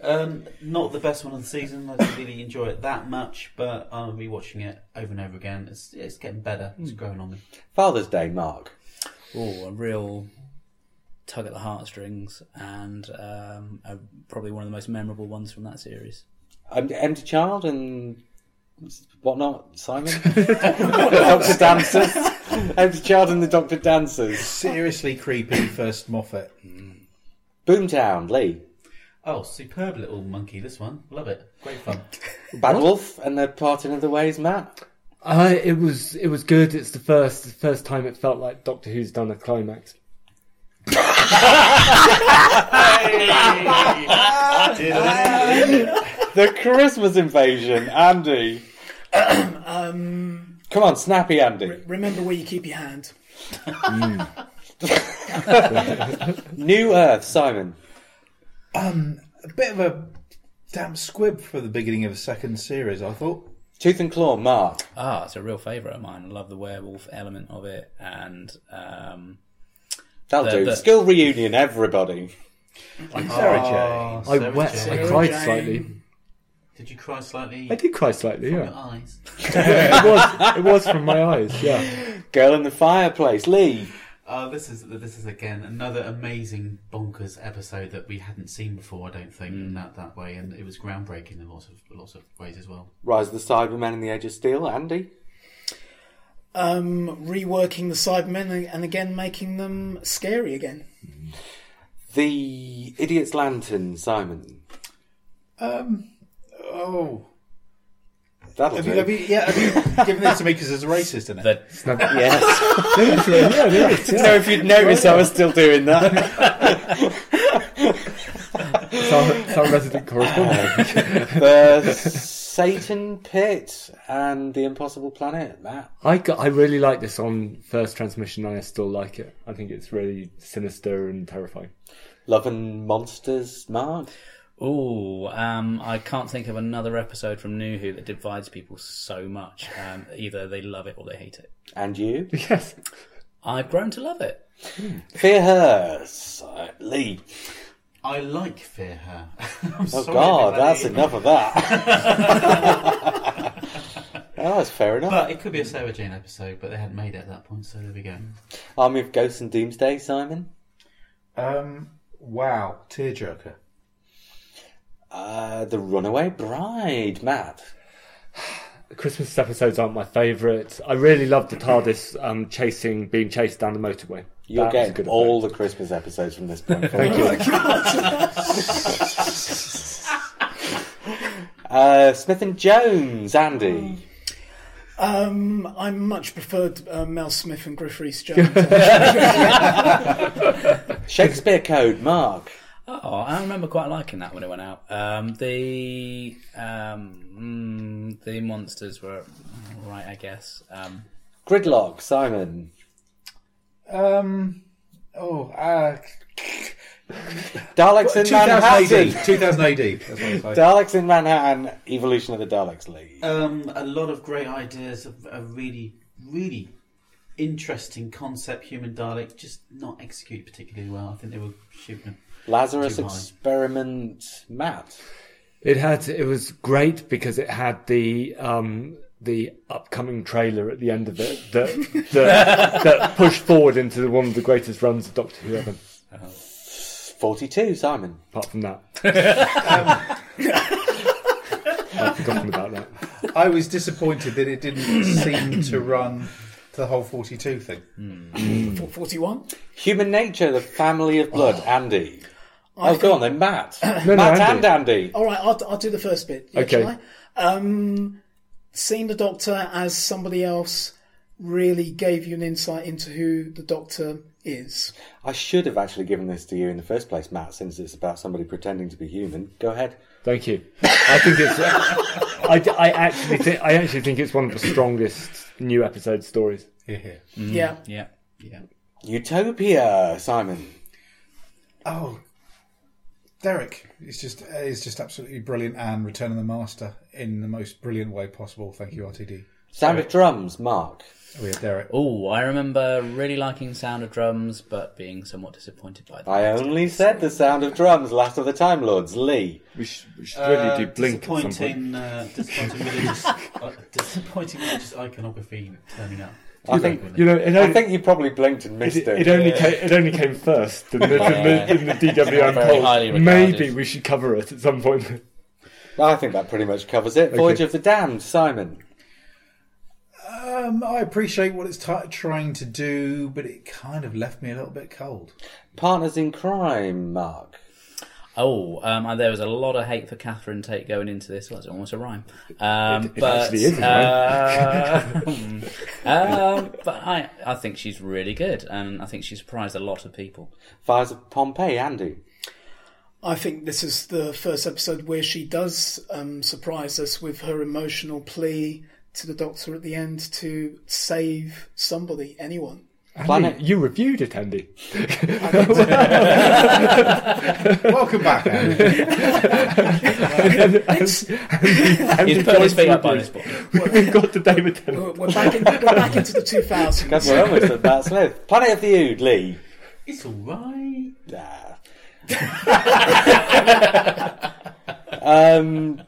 Um, not the best one of the season. I didn't really enjoy it that much, but I'm rewatching it over and over again. It's it's getting better.
Hmm.
It's growing on me.
Father's Day, Mark.
Ooh, a real tug at the heartstrings, and um, a, probably one of the most memorable ones from that series.
Um, empty Child and whatnot, Simon. Doctor Dancers. Empty Child and the Doctor Dancers.
Seriously creepy first Moffat.
Boomtown, Lee.
Oh, superb little monkey! This one, love it. Great fun.
Bad Wolf and the Parting of the Ways, Matt.
Uh, it was it was good. It's the first first time it felt like Doctor Who's done a climax.
the Christmas invasion, Andy. Come on, snappy Andy.
Um, Remember where you keep your hand.
New Earth, Simon.
A bit of a damn squib for the beginning of a second series, I thought.
Tooth and Claw, Mark.
Ah, it's a real favourite of mine. I love the werewolf element of it, and um,
That'll
The-
do.
the-
Skill reunion, everybody.
Sarah Jane.
I
Sarah
wept.
Jane.
I cried
Jane.
slightly.
Did you cry slightly?
I did cry slightly.
Your
Yeah,
eyes.
it was. It was from my eyes. Yeah,
Girl in the Fireplace, Lee.
Uh, this is this is again another amazing bonkers episode that we hadn't seen before. I don't think
Hmm.
in that that way, and it was groundbreaking in lots of lots of ways as well.
Rise of the Cybermen and the Edge of Steel, Andy.
Um, reworking the Cybermen and- and again making them scary again.
The Idiot's Lantern, Simon.
Um, oh.
That'll
Have
do.
you, have you, yeah, have you given this to me because there's a racist in it?
the
Yes.
yeah, it is,
Didn't
yeah.
know if you'd noticed I was still doing that.
It's our, it's our resident correspondent.
the Satan Pit and the Impossible Planet, Matt.
I got, I really like this on first transmission, and I still like it. I think it's really sinister and terrifying.
Love and Monsters, Mark.
Ooh, um, I can't think of another episode from New Who that divides people so much. Um, either they love it or they hate it.
And you.
Yes,
I've grown to love it.
Fear her, Si- Lee.
I like Fear Her. I'm
Oh,
sorry,
God,
everybody.
that's enough of that. oh, that's fair enough.
But it could be a Sarah Jane episode, but they hadn't made it at that point, so there we go.
Army of Ghosts and Doomsday, Simon.
Um, wow. Tearjerker.
Uh, the Runaway Bride, Matt.
The Christmas episodes aren't my favourite. I really loved the TARDIS um, chasing, being chased down the motorway.
You'll
That was a
get
good
all
effect.
the Christmas episodes from this point
Thank
forward.
you.
uh, Smith and Jones,
Hmm.
Andy.
Um, I much preferred uh, Mel Smith and Griff Rhys-Jones.
Shakespeare Code, Mark.
Oh, I remember quite liking that when it went out. Um, the um, mm, the monsters were right, I guess. Um,
Gridlock, Simon.
Um, oh, uh,
Daleks in
2000 AD.
Manhattan.
2000 AD. That's what I was like.
Daleks in Manhattan, Evolution of the Daleks League.
Um, a lot of great ideas, a, a really, really interesting concept, human Dalek, just not executed particularly well. I think they were shooting.
Lazarus
too high.
Experiment, Matt.
It had. It was great because it had the um, the upcoming trailer at the end of it that that, that pushed forward into the- one of the greatest runs of Doctor Who ever.
42, Simon.
Apart from that, Um, I've forgotten about that.
I was disappointed that it didn't seem to run to the whole 42 thing.
41.
Human Nature, The Family of Blood, Andy. oh, go on then, Matt.
no,
Matt
Andy.
and Andy.
All right, I'll, I'll do the first bit. Yeah,
Okay.
shall I? Um, seeing the Doctor as somebody else really gave you an insight into who the Doctor is.
I should have actually given this to you in the first place, Matt, since it's about somebody pretending to be human. Go ahead.
Thank you. I think it's. I, I actually think I actually think it's one of the strongest new episode stories.
Here, here.
Yeah.
yeah,
Utopia, Simon.
Oh, Derek is just is just absolutely brilliant, and Return of the Master in the most brilliant way possible. Thank you, RTD.
Sound of Drums, Mark.
Oh yeah, Derek.
Oh, I remember really liking Sound of Drums, but being somewhat disappointed by that.
I only said the sound of drums, Last of the Time Lords, Lee.
We should, we should really do blink at some point.
Uh, disappointing, uh, disappointing religious, uh, disappointing religious iconography turning up.
I think
You know, it
I
only,
think you probably blinked and missed
it,
it.
it only came, it only came first in the, in the, in the DWM
Very highly
poll.
regarded.
Maybe we should cover it at some point.
I think that pretty much covers it. Voyage of the Damned, Simon.
Um, I appreciate what it's t- trying to do, but it kind of left me a little bit cold.
Partners in Crime, Mark.
Oh, um, and there was a lot of hate for Catherine Tate going into this. Well, it's almost a rhyme. Um,
It- it
but,
actually is a
um, um, but I, I think she's really good, and I think she surprised a lot of people.
Fires of Pompeii, Andy.
I think this is the first episode where she does um, surprise us with her emotional plea to the doctor at the end to save somebody, anyone.
Planet.
You reviewed it, Andy.
Welcome back, Andy.
He's put his feet up by this point.
We've got to David Tennant.
We're, we're back, in, we're back into the 2000s.
That's we're almost at that Smith. Planet of the Ood, Lee.
It's alright.
Nah. um,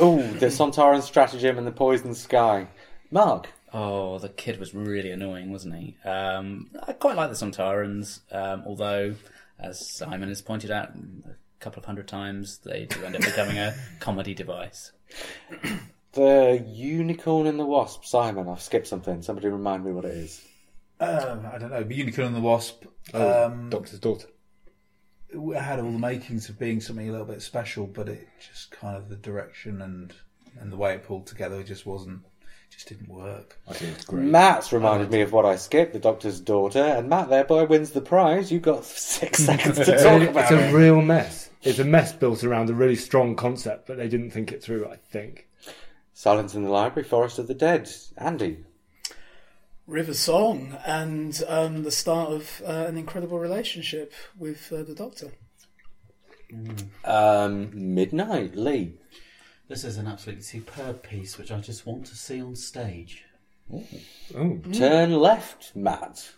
oh, the Sontaran stratagem and the poisoned sky. Mark.
Oh, the kid was really annoying, wasn't he? Um, I quite like the Sontarans, um, although, as Simon has pointed out a couple of hundred times, they do end up becoming a comedy device.
The unicorn and the wasp. Simon, I've skipped something. Somebody remind me what it is.
Um, I don't know. The Unicorn and the Wasp um,
Doctor's daughter.
it had all the makings of being something a little bit special, but it just kind of the direction and and the way it pulled together just wasn't, just didn't work.
I think it's great.
Matt's reminded me of what I skipped, the Doctor's daughter, and Matt thereby wins the prize. You've got six seconds to talk
It's
about
a
it.
real mess. It's a mess built around a really strong concept, but they didn't think it through. I think.
Silence in the Library, Forest of the Dead. Andy.
River Song and um, the start of uh, an incredible relationship with uh, the doctor.
Um, Midnight, Lee.
This is an absolutely superb piece which I just want to see on stage.
Oh,
Turn left, Matt.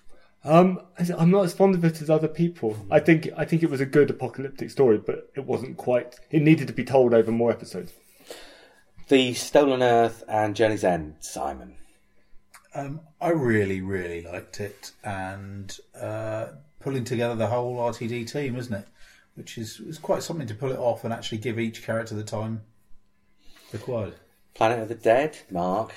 um, I- I'm not as fond of it as other people. I think I think it was a good apocalyptic story, but it wasn't quite. It needed to be told over more episodes.
The Stolen Earth and Jenny's End, Simon.
Um, I really, really liked it, and uh, pulling together the whole RTD team, isn't it? Which is was quite something to pull it off and actually give each character the time required.
Planet of the Dead, Mark.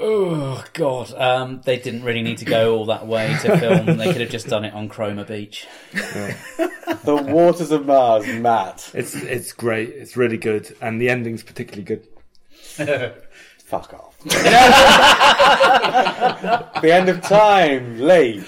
Oh God! Um, they didn't really need to go all that way to film. they could have just done it on Chroma Beach.
The Waters of Mars, Matt.
It's it's great. It's really good, and the ending's particularly good.
Fuck off. the End of Time, Lee.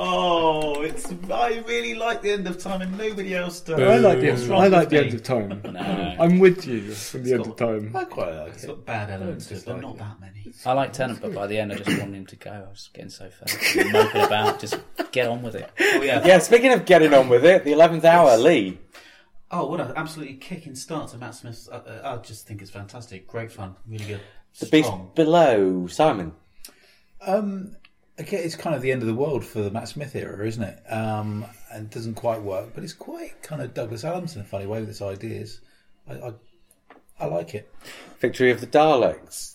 Oh, it's I really like the end of time and nobody else does.
I like the
What's
end.
wrong
I
with
like the
me?
end of time.
No.
I'm with you from the end of time.
I quite like
It's
it.
got bad elements, but they're not that many.
I like Tennant, but by the end, I just wanted him to go. I was getting so fed up, moping about. Just get on with it.
Oh yeah.
Yeah, speaking of getting on with it, the 11th hour, Lee.
Oh, what an absolutely kicking start to Matt Smith's. Uh, uh, I just think it's fantastic. Great fun. Really good.
The Beast
Strong.
Below, Simon.
Um, okay, it's kind of the end of the world for the Matt Smith era, isn't it? Um, and it doesn't quite work, but it's quite kind of Douglas Adams in a funny way with his ideas. I, I, I like it.
Victory of the Daleks.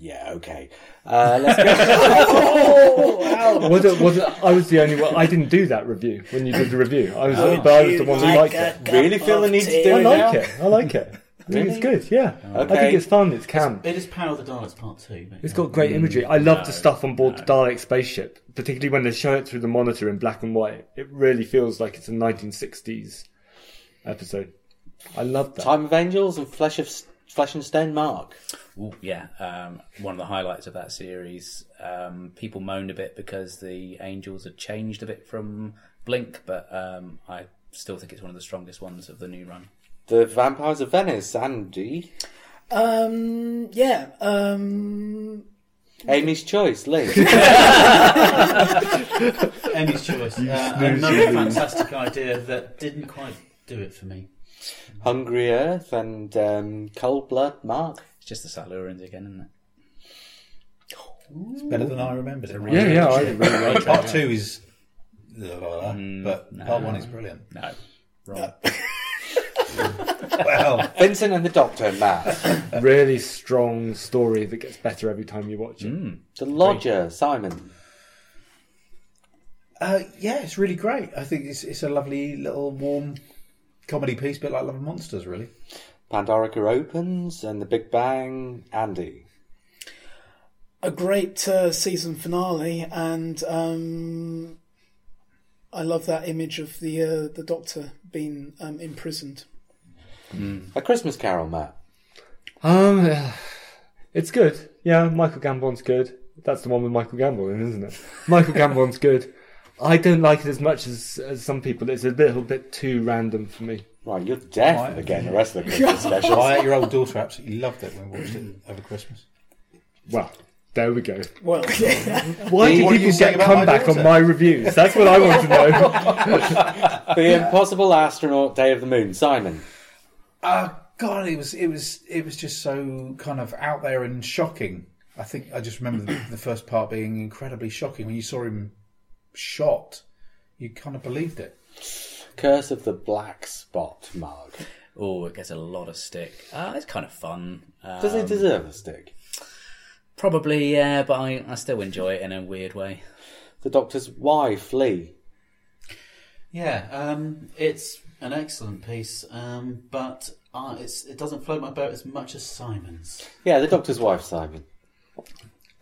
Yeah, okay. Uh, let's go.
Was it, was it, I was the only one. I didn't do that review when you did the review. I was,
Oh,
but I was the one who liked it.
Really feel the need to do
I
it now?
like it. I like it. I think it's good. Yeah, I
Okay.
think it's fun. It's camp.
It is Power of the Daleks Part Two. But,
It's got great imagery. I love the stuff on board the Dalek spaceship, particularly when they show it through the monitor in black and white. It really feels like it's a 1960s episode. I love that.
Time of Angels and Flesh of Flesh and Stone, Mark.
Ooh, yeah, um, one of the highlights of that series. Um, people moaned a bit because the Angels had changed a bit from Blink, but um, I still think it's one of the strongest ones of the new run.
The Vampires of Venice, Andy.
Um, yeah, um,
Amy's Choice, Lee.
Emmy's choice. Uh, another fantastic idea that didn't quite do it for me.
Hungry Earth and um, Cold Blood, Mark.
It's just the Silurians again, isn't it?
It's better than I remembered it.
yeah, Mm. yeah, Mm, I really like it.
Part two is, blah, blah, blah, but part one is brilliant.
No, wrong.
Well,
Vincent and the Doctor, Matt.
Really strong story that gets better every time you watch it.
Mm.
The Lodger, Simon.
uh, yeah, it's really great. I think it's it's a lovely little warm comedy piece, bit like Love and Monsters, really.
Pandorica opens and the Big Bang, Andy.
a great uh, season finale and um, I love that image of the uh, the Doctor being um, imprisoned.
A Christmas Carol, Matt.
Um, it's good. Yeah, Michael Gambon's good. That's the one with Michael Gambon, in, isn't it? Michael Gambon's good. I don't like it as much as, as some people. It's a little bit too random for me.
Right, you're deaf
Right.
again. The rest of the Christmas specials.
My eight-year-old daughter absolutely loved it when we watched it over Christmas.
Well, there we go.
Well, yeah.
Why do
What are you
people
saying
get
about my
comeback on
daughter?
my reviews? That's what I want to know.
the Impossible Astronaut, Day of the Moon. Simon.
Uh, God, it was it was it was just so kind of out there and shocking. I think I just remember the, the first part being incredibly shocking when you saw him shot. You kind of believed it.
Curse of the Black Spot, Mark.
Oh, it gets a lot of stick. Uh, it's kind of fun. Uh,
Does it deserve a stick?
probably, yeah, but I, I still enjoy it in a weird way.
The Doctor's wife, Lee.
Yeah, um, it's an excellent piece, um, but uh, it's, it doesn't float my boat as much as Simon's.
Yeah, the Doctor's wife, Simon.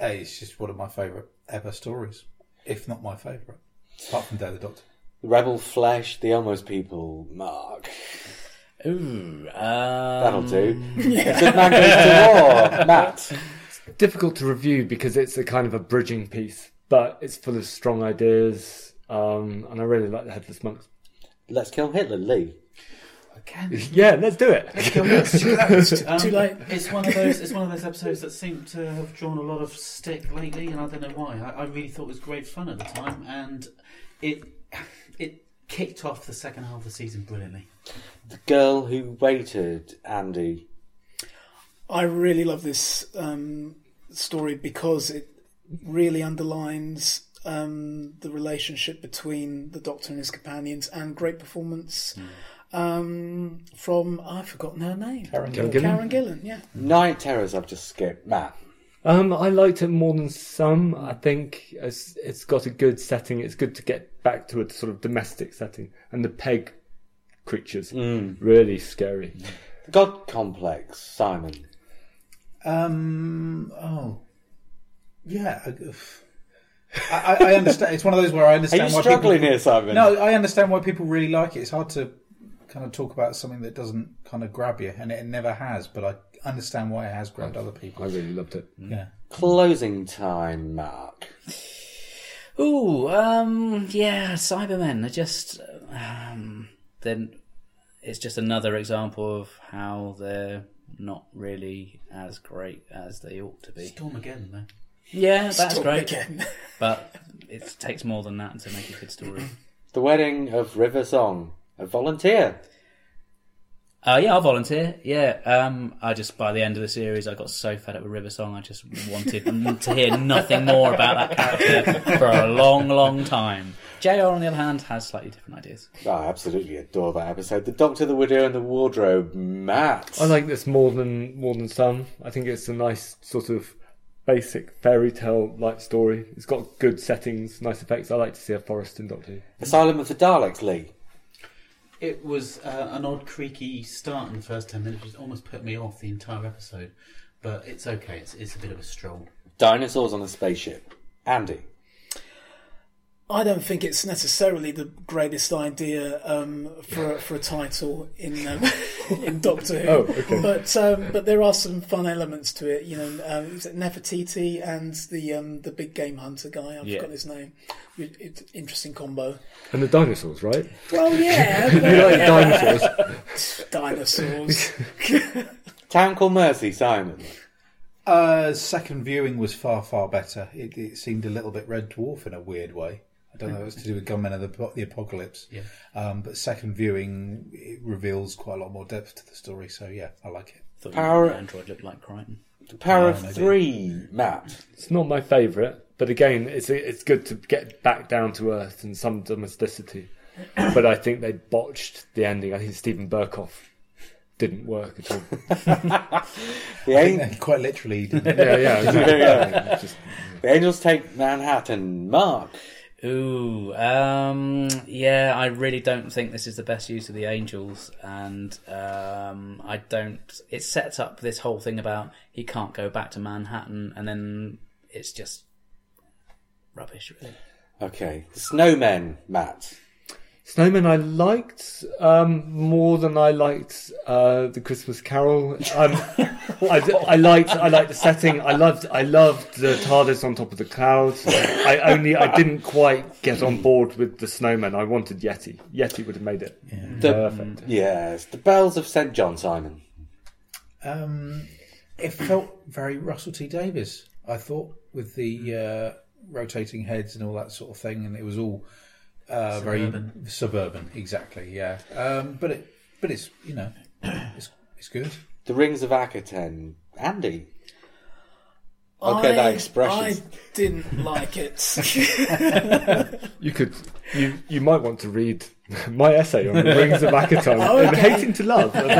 Hey, it's just one of my favourite ever stories, if not my favourite, apart from Day of the Doctor.
The Rebel Flesh, The Elmo's People, Mark.
Ooh, um,
That'll do. If Good Man Goes to War, Matt.
Difficult to review because it's a kind of a bridging piece, but it's full of strong ideas, um, and I really like the Headless Monk.
Let's kill Hitler, Lee.
Again,
Yeah, let's do it.
um,
Too late.
It's one of those. It's one of those episodes that seem to have drawn a lot of stick lately, and I don't know why. I, I really thought it was great fun at the time, and it it kicked off the second half of the season brilliantly.
The Girl Who Waited, Andy.
I really love this um, story because it really underlines um, the relationship between the Doctor and his companions, and great performance um, from I've forgotten her name, Karen
Gillan.
Karen Gillan, yeah.
Night Terrors, I've just skipped. Matt.
Um, I liked it more than some. I think it's, it's got a good setting. It's good to get back to a sort of domestic setting, and the peg creatures really scary.
The God Complex, Simon.
Um. Oh. Yeah. I, oof. I, I I understand. It's one of those where I
Are
understand
you
why
struggling
people.
here, Simon?
No, I understand why people really like it. It's hard to kind of talk about something that doesn't kind of grab you, and it never has. But I understand why it has grabbed other
I
people.
really loved it.
Yeah.
Closing time, Mark.
Ooh, um, yeah, Cybermen are just um, then it's just another example of how they're not really as great as they ought to be.
Storm again, though.
Yeah, that's
Stop
great,
again.
but it takes more than that to make a good story.
The Wedding of River Song, a volunteer.
Uh, yeah, I'll volunteer. Yeah, um, I just by the end of the series, I got so fed up with River Song, I just wanted n- to hear nothing more about that character for a long, long time. Jr. on the other hand has slightly different ideas.
I absolutely adore that episode. The Doctor, the Widow, and the Wardrobe, Matt.
I like this more than more than some. I think it's a nice sort of basic fairy tale like story. It's got good settings, nice effects. I like to see a forest in Doctor Who.
Asylum of the Daleks, Lee.
It was uh, an odd, creaky start in the first ten minutes, which almost put me off the entire episode. But it's okay. It's it's a bit of a stroll.
Dinosaurs on a spaceship, Andy.
I don't think it's necessarily the greatest idea um, for a- for a title in um, in Doctor Who.
Oh, okay.
But um, but there are some fun elements to it. You know, um, is it Nefertiti and the um, the big game hunter guy? I've
Yeah.
forgotten his name. It- it's interesting combo.
And the dinosaurs, right?
Well, yeah,
You like dinosaurs?
dinosaurs.
Town Called Mercy, Simon.
Uh, second viewing was far far better. It, it seemed a little bit Red Dwarf in a weird way. I don't know if it's to do with Gunmen of the, Apo- the Apocalypse.
Yeah.
Um, but second viewing it reveals quite a lot more depth to the story. So yeah, I like it.
Thought
Power-
you know, Android looked like Crichton.
The Power
Oh,
of
maybe.
Three, Matt.
It's not my favourite, but again, it's it's good to get back down to earth and some domesticity. but I think they botched the ending. I think Stephen Burkoff didn't work at all.
The,
I think
An-
they quite literally didn't.
yeah, yeah, exactly. Just-
the Angels Take Manhattan, Mark.
Ooh, um, yeah, I really don't think this is the best use of the angels, and um, I don't. It sets up this whole thing about he can't go back to Manhattan, and then it's just rubbish, really.
Okay. Snowmen, Matt.
Snowman, I liked um, more than I liked uh, the Christmas Carol. Um, I, d- I liked I liked the setting. I loved I loved the TARDIS on top of the clouds. I only I didn't quite get on board with the Snowman. I wanted Yeti. Yeti would have made it
The-
perfect.
Yes, the bells of St John Simon.
Um, it felt very Russell T Davies, I thought, with the uh, rotating heads and all that sort of thing, and it was all uh,
Suburban.
very suburban, exactly, yeah. Um, but it, but it's you know, it's it's good.
The Rings of Akaten. Andy. Okay,
I,
that expression.
I didn't like it.
You could you you might want to read my essay on the Rings of Akaton and
Okay.
hating to love available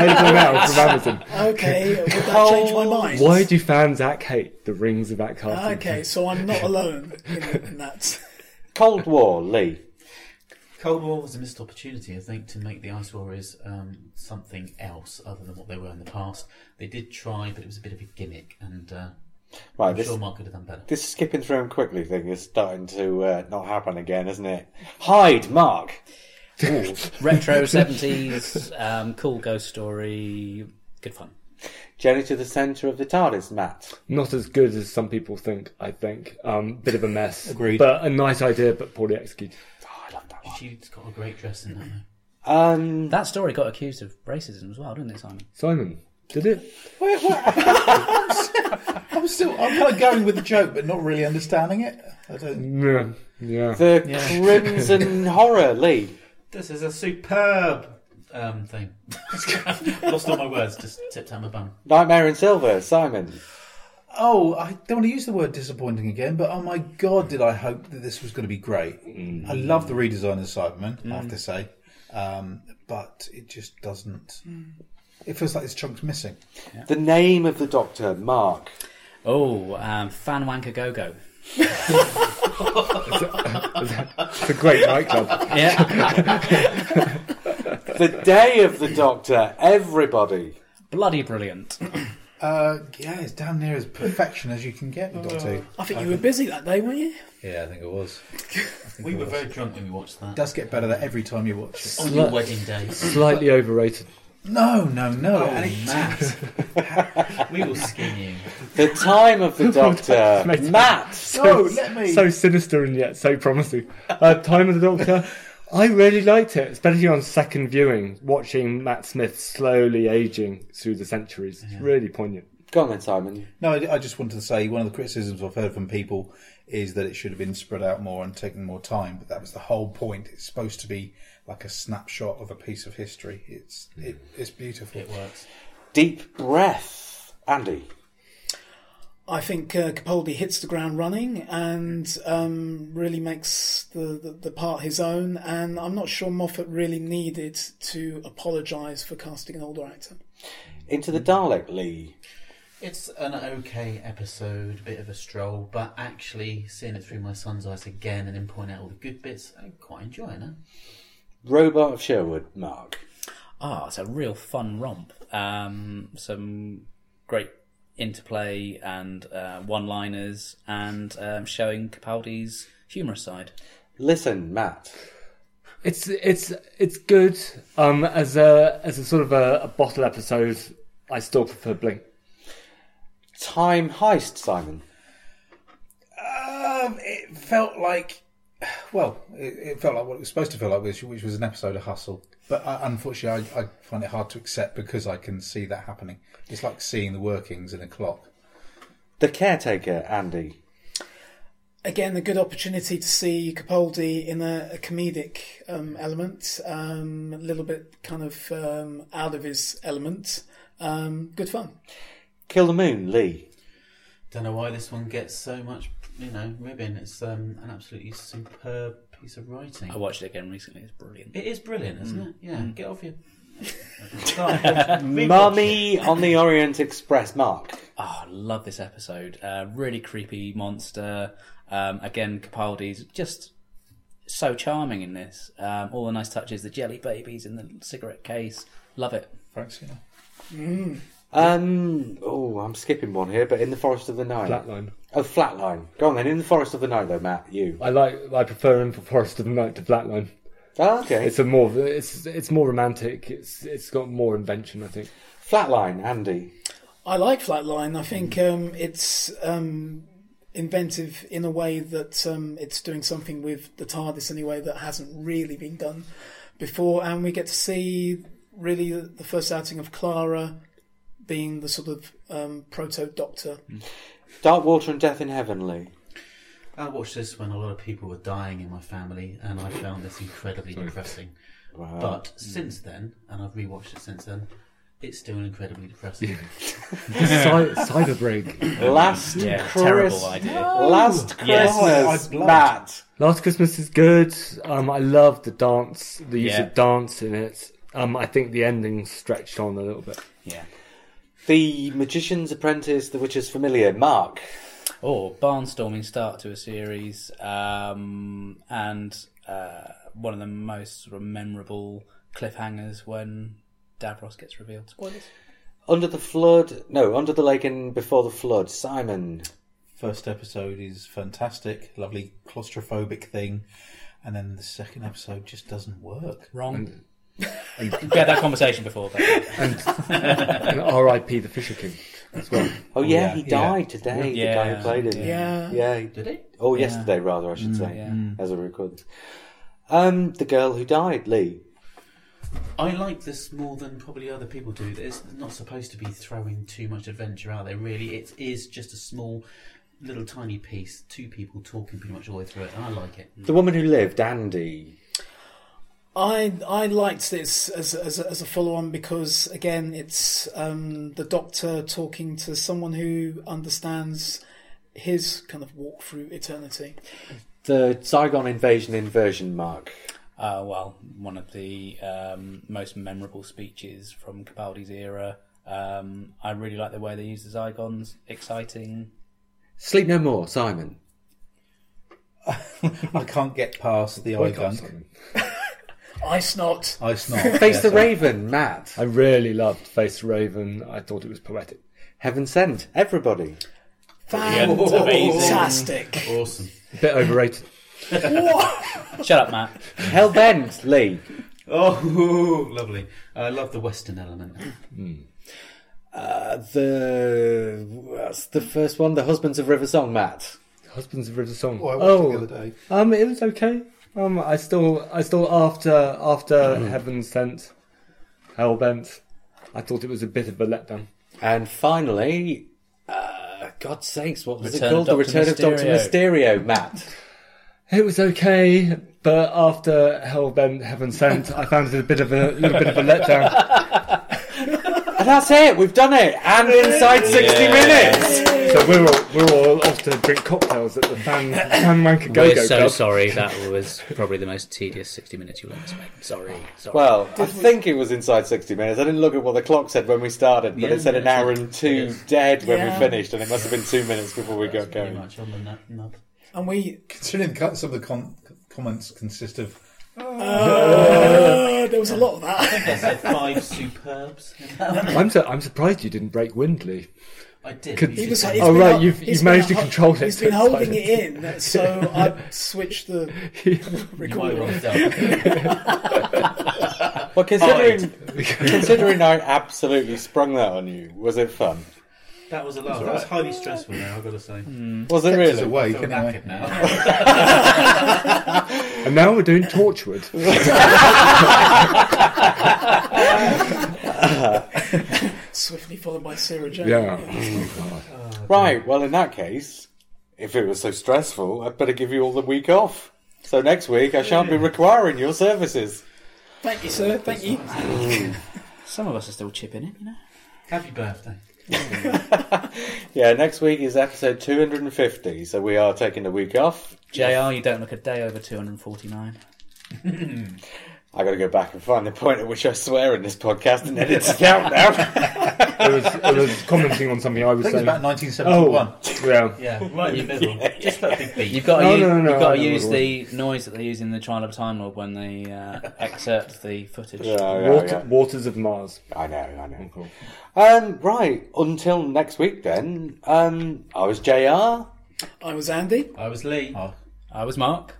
now from Amazon.
okay, would that change my mind?
Why do fans act hate the Rings of Akaton?
Okay, so I'm not alone in, in that.
Cold War, Lee.
Cold War was a missed opportunity, I think, to make the Ice Warriors um, something else other than what they were in the past. They did try, but it was a bit of a gimmick, and uh,
Right,
I'm
this,
sure Mark could have done better.
this skipping through them quickly thing is starting to uh, not happen again, isn't it? Hide, Mark.
Retro seventies, um, cool ghost story, good fun.
Journey to the centre of the TARDIS, Matt.
Not as good as some people think. I think um, bit of a mess.
Agreed.
But a nice idea, but poorly executed.
Oh, I love that one.
She's got a great dress in that. though.
Um,
That story got accused of racism as well, didn't it, Simon?
Simon did it.
I'm still, I'm kind of going with the joke, but not really understanding it. I don't.
Yeah. Yeah.
the Crimson Horror, Lee.
This is a superb um, thing. Lost all my words. Just tipped out my bum.
Nightmare in Silver, Simon.
Oh, I don't want to use the word disappointing again, but oh my god, did I hope that this was going to be great. I love the redesign of Cyberman, I have to say, um, but it just doesn't. It feels like this chunk's missing.
The name of the Doctor, Mark.
Oh, um, fan wanker go go.
Uh,
It's a great nightclub.
Yeah,
The day of the Doctor, everybody.
bloody brilliant.
Uh, yeah, it's damn near as perfection as you can get with Doctor. Who.
I think you were busy that day, weren't you?
Yeah, I think it was.
We were very drunk when we watched
It
that.
does get better every time you watch it.
On your wedding day,
Slightly overrated.
No, no, no. and it-
Matt, we will skin you.
The time of the Doctor,
Mate.
Matt.
No, let me.
So sinister and yet so promising. Uh, Time of the Doctor. I really liked it, especially on second viewing, watching Matt Smith slowly aging through the centuries. It's really poignant.
Go on then, Simon.
No, I I just wanted to say one of the criticisms I've heard from people is that it should have been spread out more and taken more time. But that was the whole point. It's supposed to be like a snapshot of a piece of history. It's it, it's beautiful.
It works.
Deep breath, Andy.
I think uh, Capaldi hits the ground running and um, really makes the, the, the part his own. And I'm not sure Moffat really needed to apologise for casting an older actor.
Into the Dalek, Lee.
It's an okay episode, bit of a stroll, but actually seeing it through my son's eyes again and him pointing out all the good bits, I'm quite enjoying it. eh?
Robot of Sherwood, Mark.
Ah, it's a real fun romp. Um, some great interplay and uh, one-liners, and um, showing Capaldi's humorous side.
Listen, Matt.
It's it's it's good. Um, as a as a sort of a, a bottle episode, I still prefer Blink.
Time heist, Simon.
Um, it felt like, well, it, it felt like what it was supposed to feel like, which, which was an episode of Hustle. But I, unfortunately, I, I find it hard to accept because I can see that happening. It's like seeing the workings in a clock.
The caretaker, Andy.
Again, a good opportunity to see Capaldi in a, a comedic um, element, um, a little bit kind of um, out of his element. Um, good fun.
Kill the moon, Lee.
Don't know why this one gets so much, you know, ribbon. It's um, an absolutely superb piece of writing.
I watched it again recently; it's brilliant.
It is brilliant, isn't it? Yeah, get off your. Start. Rewatch it.
Mummy on the Orient Express, Mark.
Oh, I love this episode. Uh, really creepy monster. Um, again, Capaldi's just so charming in this. Um, all the nice touches, the jelly babies in the cigarette case. Love it.
Frank Skinner.
Um, oh, I'm skipping one here, but in the Forest of the Night.
Flatline.
Oh, Flatline. Go on then, in the Forest of the Night though, Matt, you.
I like I prefer him for Forest of the Night to Flatline.
Oh, okay.
It's a more it's it's more romantic. It's it's got more invention, I think.
Flatline, Andy.
I like Flatline. I think um, it's um, inventive in a way that um, it's doing something with the TARDIS anyway that hasn't really been done before, and we get to see really the first outing of Clara being the sort of um, proto Doctor.
Dark Water and Death in Heavenly.
I watched this when a lot of people were dying in my family, and I found this incredibly depressing.
Wow.
But since then, and I've rewatched it since then, it's still incredibly depressing.
Cy- Cyberbrig.
Last
Mm, Yeah,
Chris-
terrible idea.
Last
Yes.
Christmas,
I blushed.
Matt.
Last Christmas is good. Um, I love the dance, the use
Yeah.
of dance in it. Um, I think the ending stretched on a little bit.
Yeah.
The Magician's Apprentice, The Witcher's Familiar, Mark.
Or Oh, barnstorming start to a series, um, and uh, one of the most sort of memorable cliffhangers when Davros gets revealed. Spoilers.
Under the Flood, no, Under the Lake and Before the Flood, Simon.
First episode is fantastic, lovely claustrophobic thing, and then the second episode just doesn't work.
Wrong. we had that conversation before. But
And R.I.P. the Fisher King as well.
Oh, yeah,
yeah,
he
yeah.
died today, the guy who
Yeah,
played him.
Yeah.
Yeah, he
Did it?
Oh, yesterday, rather, I should say,
yeah.
as I record this. Um, the girl who died, Lee.
I like this more than probably other people do. It's not supposed to be throwing too much adventure out there, really. It is just a small, little tiny piece, two people talking pretty much all the way through it, and I like it.
The woman who lived, Andy.
I I liked this as as as a follow on because again it's um, the Doctor talking to someone who understands his kind of walk through eternity.
The Saigon invasion inversion, Mark.
uh, well, one of the um, most memorable speeches from Capaldi's era. Um, I really like the way they use the Zygons. Exciting.
Sleep no more, Simon.
I can't get past the eye
Wake up,
gunk.
Simon.
I snot.
I snort.
Face
Yeah,
the
so-
Raven, Matt.
I really loved Face the Raven. I thought it was poetic.
Heaven sent, everybody.
Fantastic.
Awesome.
A bit overrated.
Shut up, Matt.
Hellbent, Lee.
Oh, lovely. I love the Western element.
Uh, the what's the first one, the Husbands of River Song, Matt.
Husbands of River Song.
Oh, I watched it the other day.
Um, it was okay. Um, I still, I still after after Heaven Sent, Hellbent, I thought it was a bit of a letdown.
And finally, uh, God sakes, what was it
Return of
called? The
Dr.
Return of Doctor Mysterio, Matt.
It was okay, but after Hellbent, Heaven Sent, I found it a bit of a little bit of a letdown.
and that's it. We've done it. And inside sixty minutes.
So we're all, we're all off to drink cocktails at the fan fan wanker go
We're
go
so
club.
sorry. That was probably the most tedious 60 minutes you'll ever spend. Sorry. sorry.
Well, I think it was inside sixty minutes. I didn't look at what the clock said when we started, but
Yeah,
it said an
yeah,
hour and two
yes.
dead when
Yeah.
we finished, and it must have been two minutes before we got
Pretty
going.
much on the nub. nub.
And we
Considering the- some of the com- comments consist of
uh, there was a lot of that.
I said five superbs.
I'm so, I'm surprised you didn't break Windley.
I did.
Could-
You
He
did
was,
say-
he's
Oh,
been
right,
ho-
you've-
he's
you've
been
managed to
ho-
control it.
He's been holding it in, so I switched the
Why
recording.
wrong stuff?
Well, considering considering I absolutely sprung that on you, was it fun?
That was a laugh. That was highly stressful. Now I've got to say.
Was it
is
really?
awake
Feel
anyway.
knackered now.
And now we're doing Torchwood.
Swiftly followed by Sarah Jane.
Yeah. Oh
Right, well, in that case, if it was so stressful, I'd better give you all the week off. So next week, I shan't be requiring your services.
Thank you, sir. Thank you.
Some of us are still chipping in, you know.
Happy birthday.
Yeah, next week is episode 250, so we are taking a week off.
JR, you don't look a day over 249.
I gotta go back and find the point at which I swear in this podcast and edit it out now.
I was, I was commenting on something I
I
was
think it's
saying.
about 1971.
Oh. yeah.
Yeah, right in the middle. Just that big beat.
You've got to,
No,
use,
no, no, no,
you've got
I
to
know
use
what
the noise that they use in the Trial of a Time Lord when they uh, excerpt the footage.
Yeah, yeah,
Water,
yeah.
Waters of Mars.
I know, I know. Um, right, until next week then, um, I was JR.
I was Andy.
Oh.
I was Lee.
I was Mark.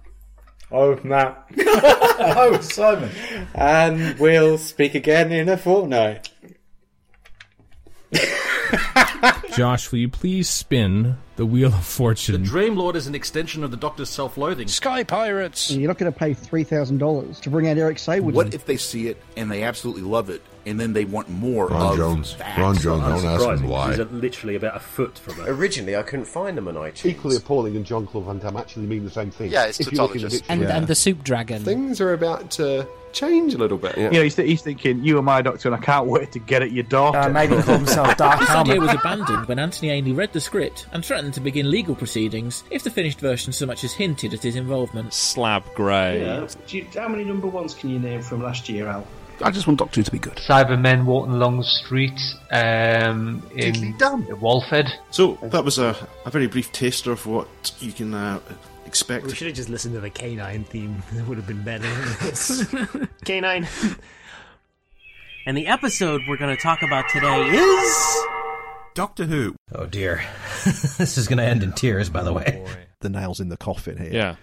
Oh, Matt.
oh, it's Simon.
And we'll speak again in a fortnight.
Josh, will you please spin the Wheel of Fortune?
Dreamlord is an extension of the Doctor's self-loathing.
Sky Pirates.
You're not going to pay three thousand dollars to bring out Eric Saywood.
What if they see it and they absolutely love it, and then they want more
Ron
of
Jones.
that?
Ron Jones. Don't ask
Unsurprising,
him why.
She's at literally about a foot from her.
Originally, I couldn't find them on iTunes.
Equally appalling and John Claude Van Damme actually mean the same thing.
Yeah, it's
if you look in the
tautologist.
And-
dictionary.
and
the Soup Dragon.
Things are about to change a little bit.
You know, he's, th- he's thinking, "You are my doctor, and I can't wait to get at your daughter."
Uh, maybe call himself Dark
This idea
Helmet.
was abandoned when Anthony Ainley read the script and threatened to begin legal proceedings if the finished version so much as hinted at his involvement.
Slab grey.
how many number ones can you name from last year, Al?
I just want Doctor Who to be good.
Cybermen walking along the street um, in
Diddly dum.
Walford.
So that was a, a very brief taster of what you can uh, expect.
We should have just listened to the canine theme. That would have been better. canine. And the episode we're going to talk about today is
Doctor Who.
Oh dear, this is going to end in tears. By the way,
Boy.
the nails in the coffin here.
Yeah.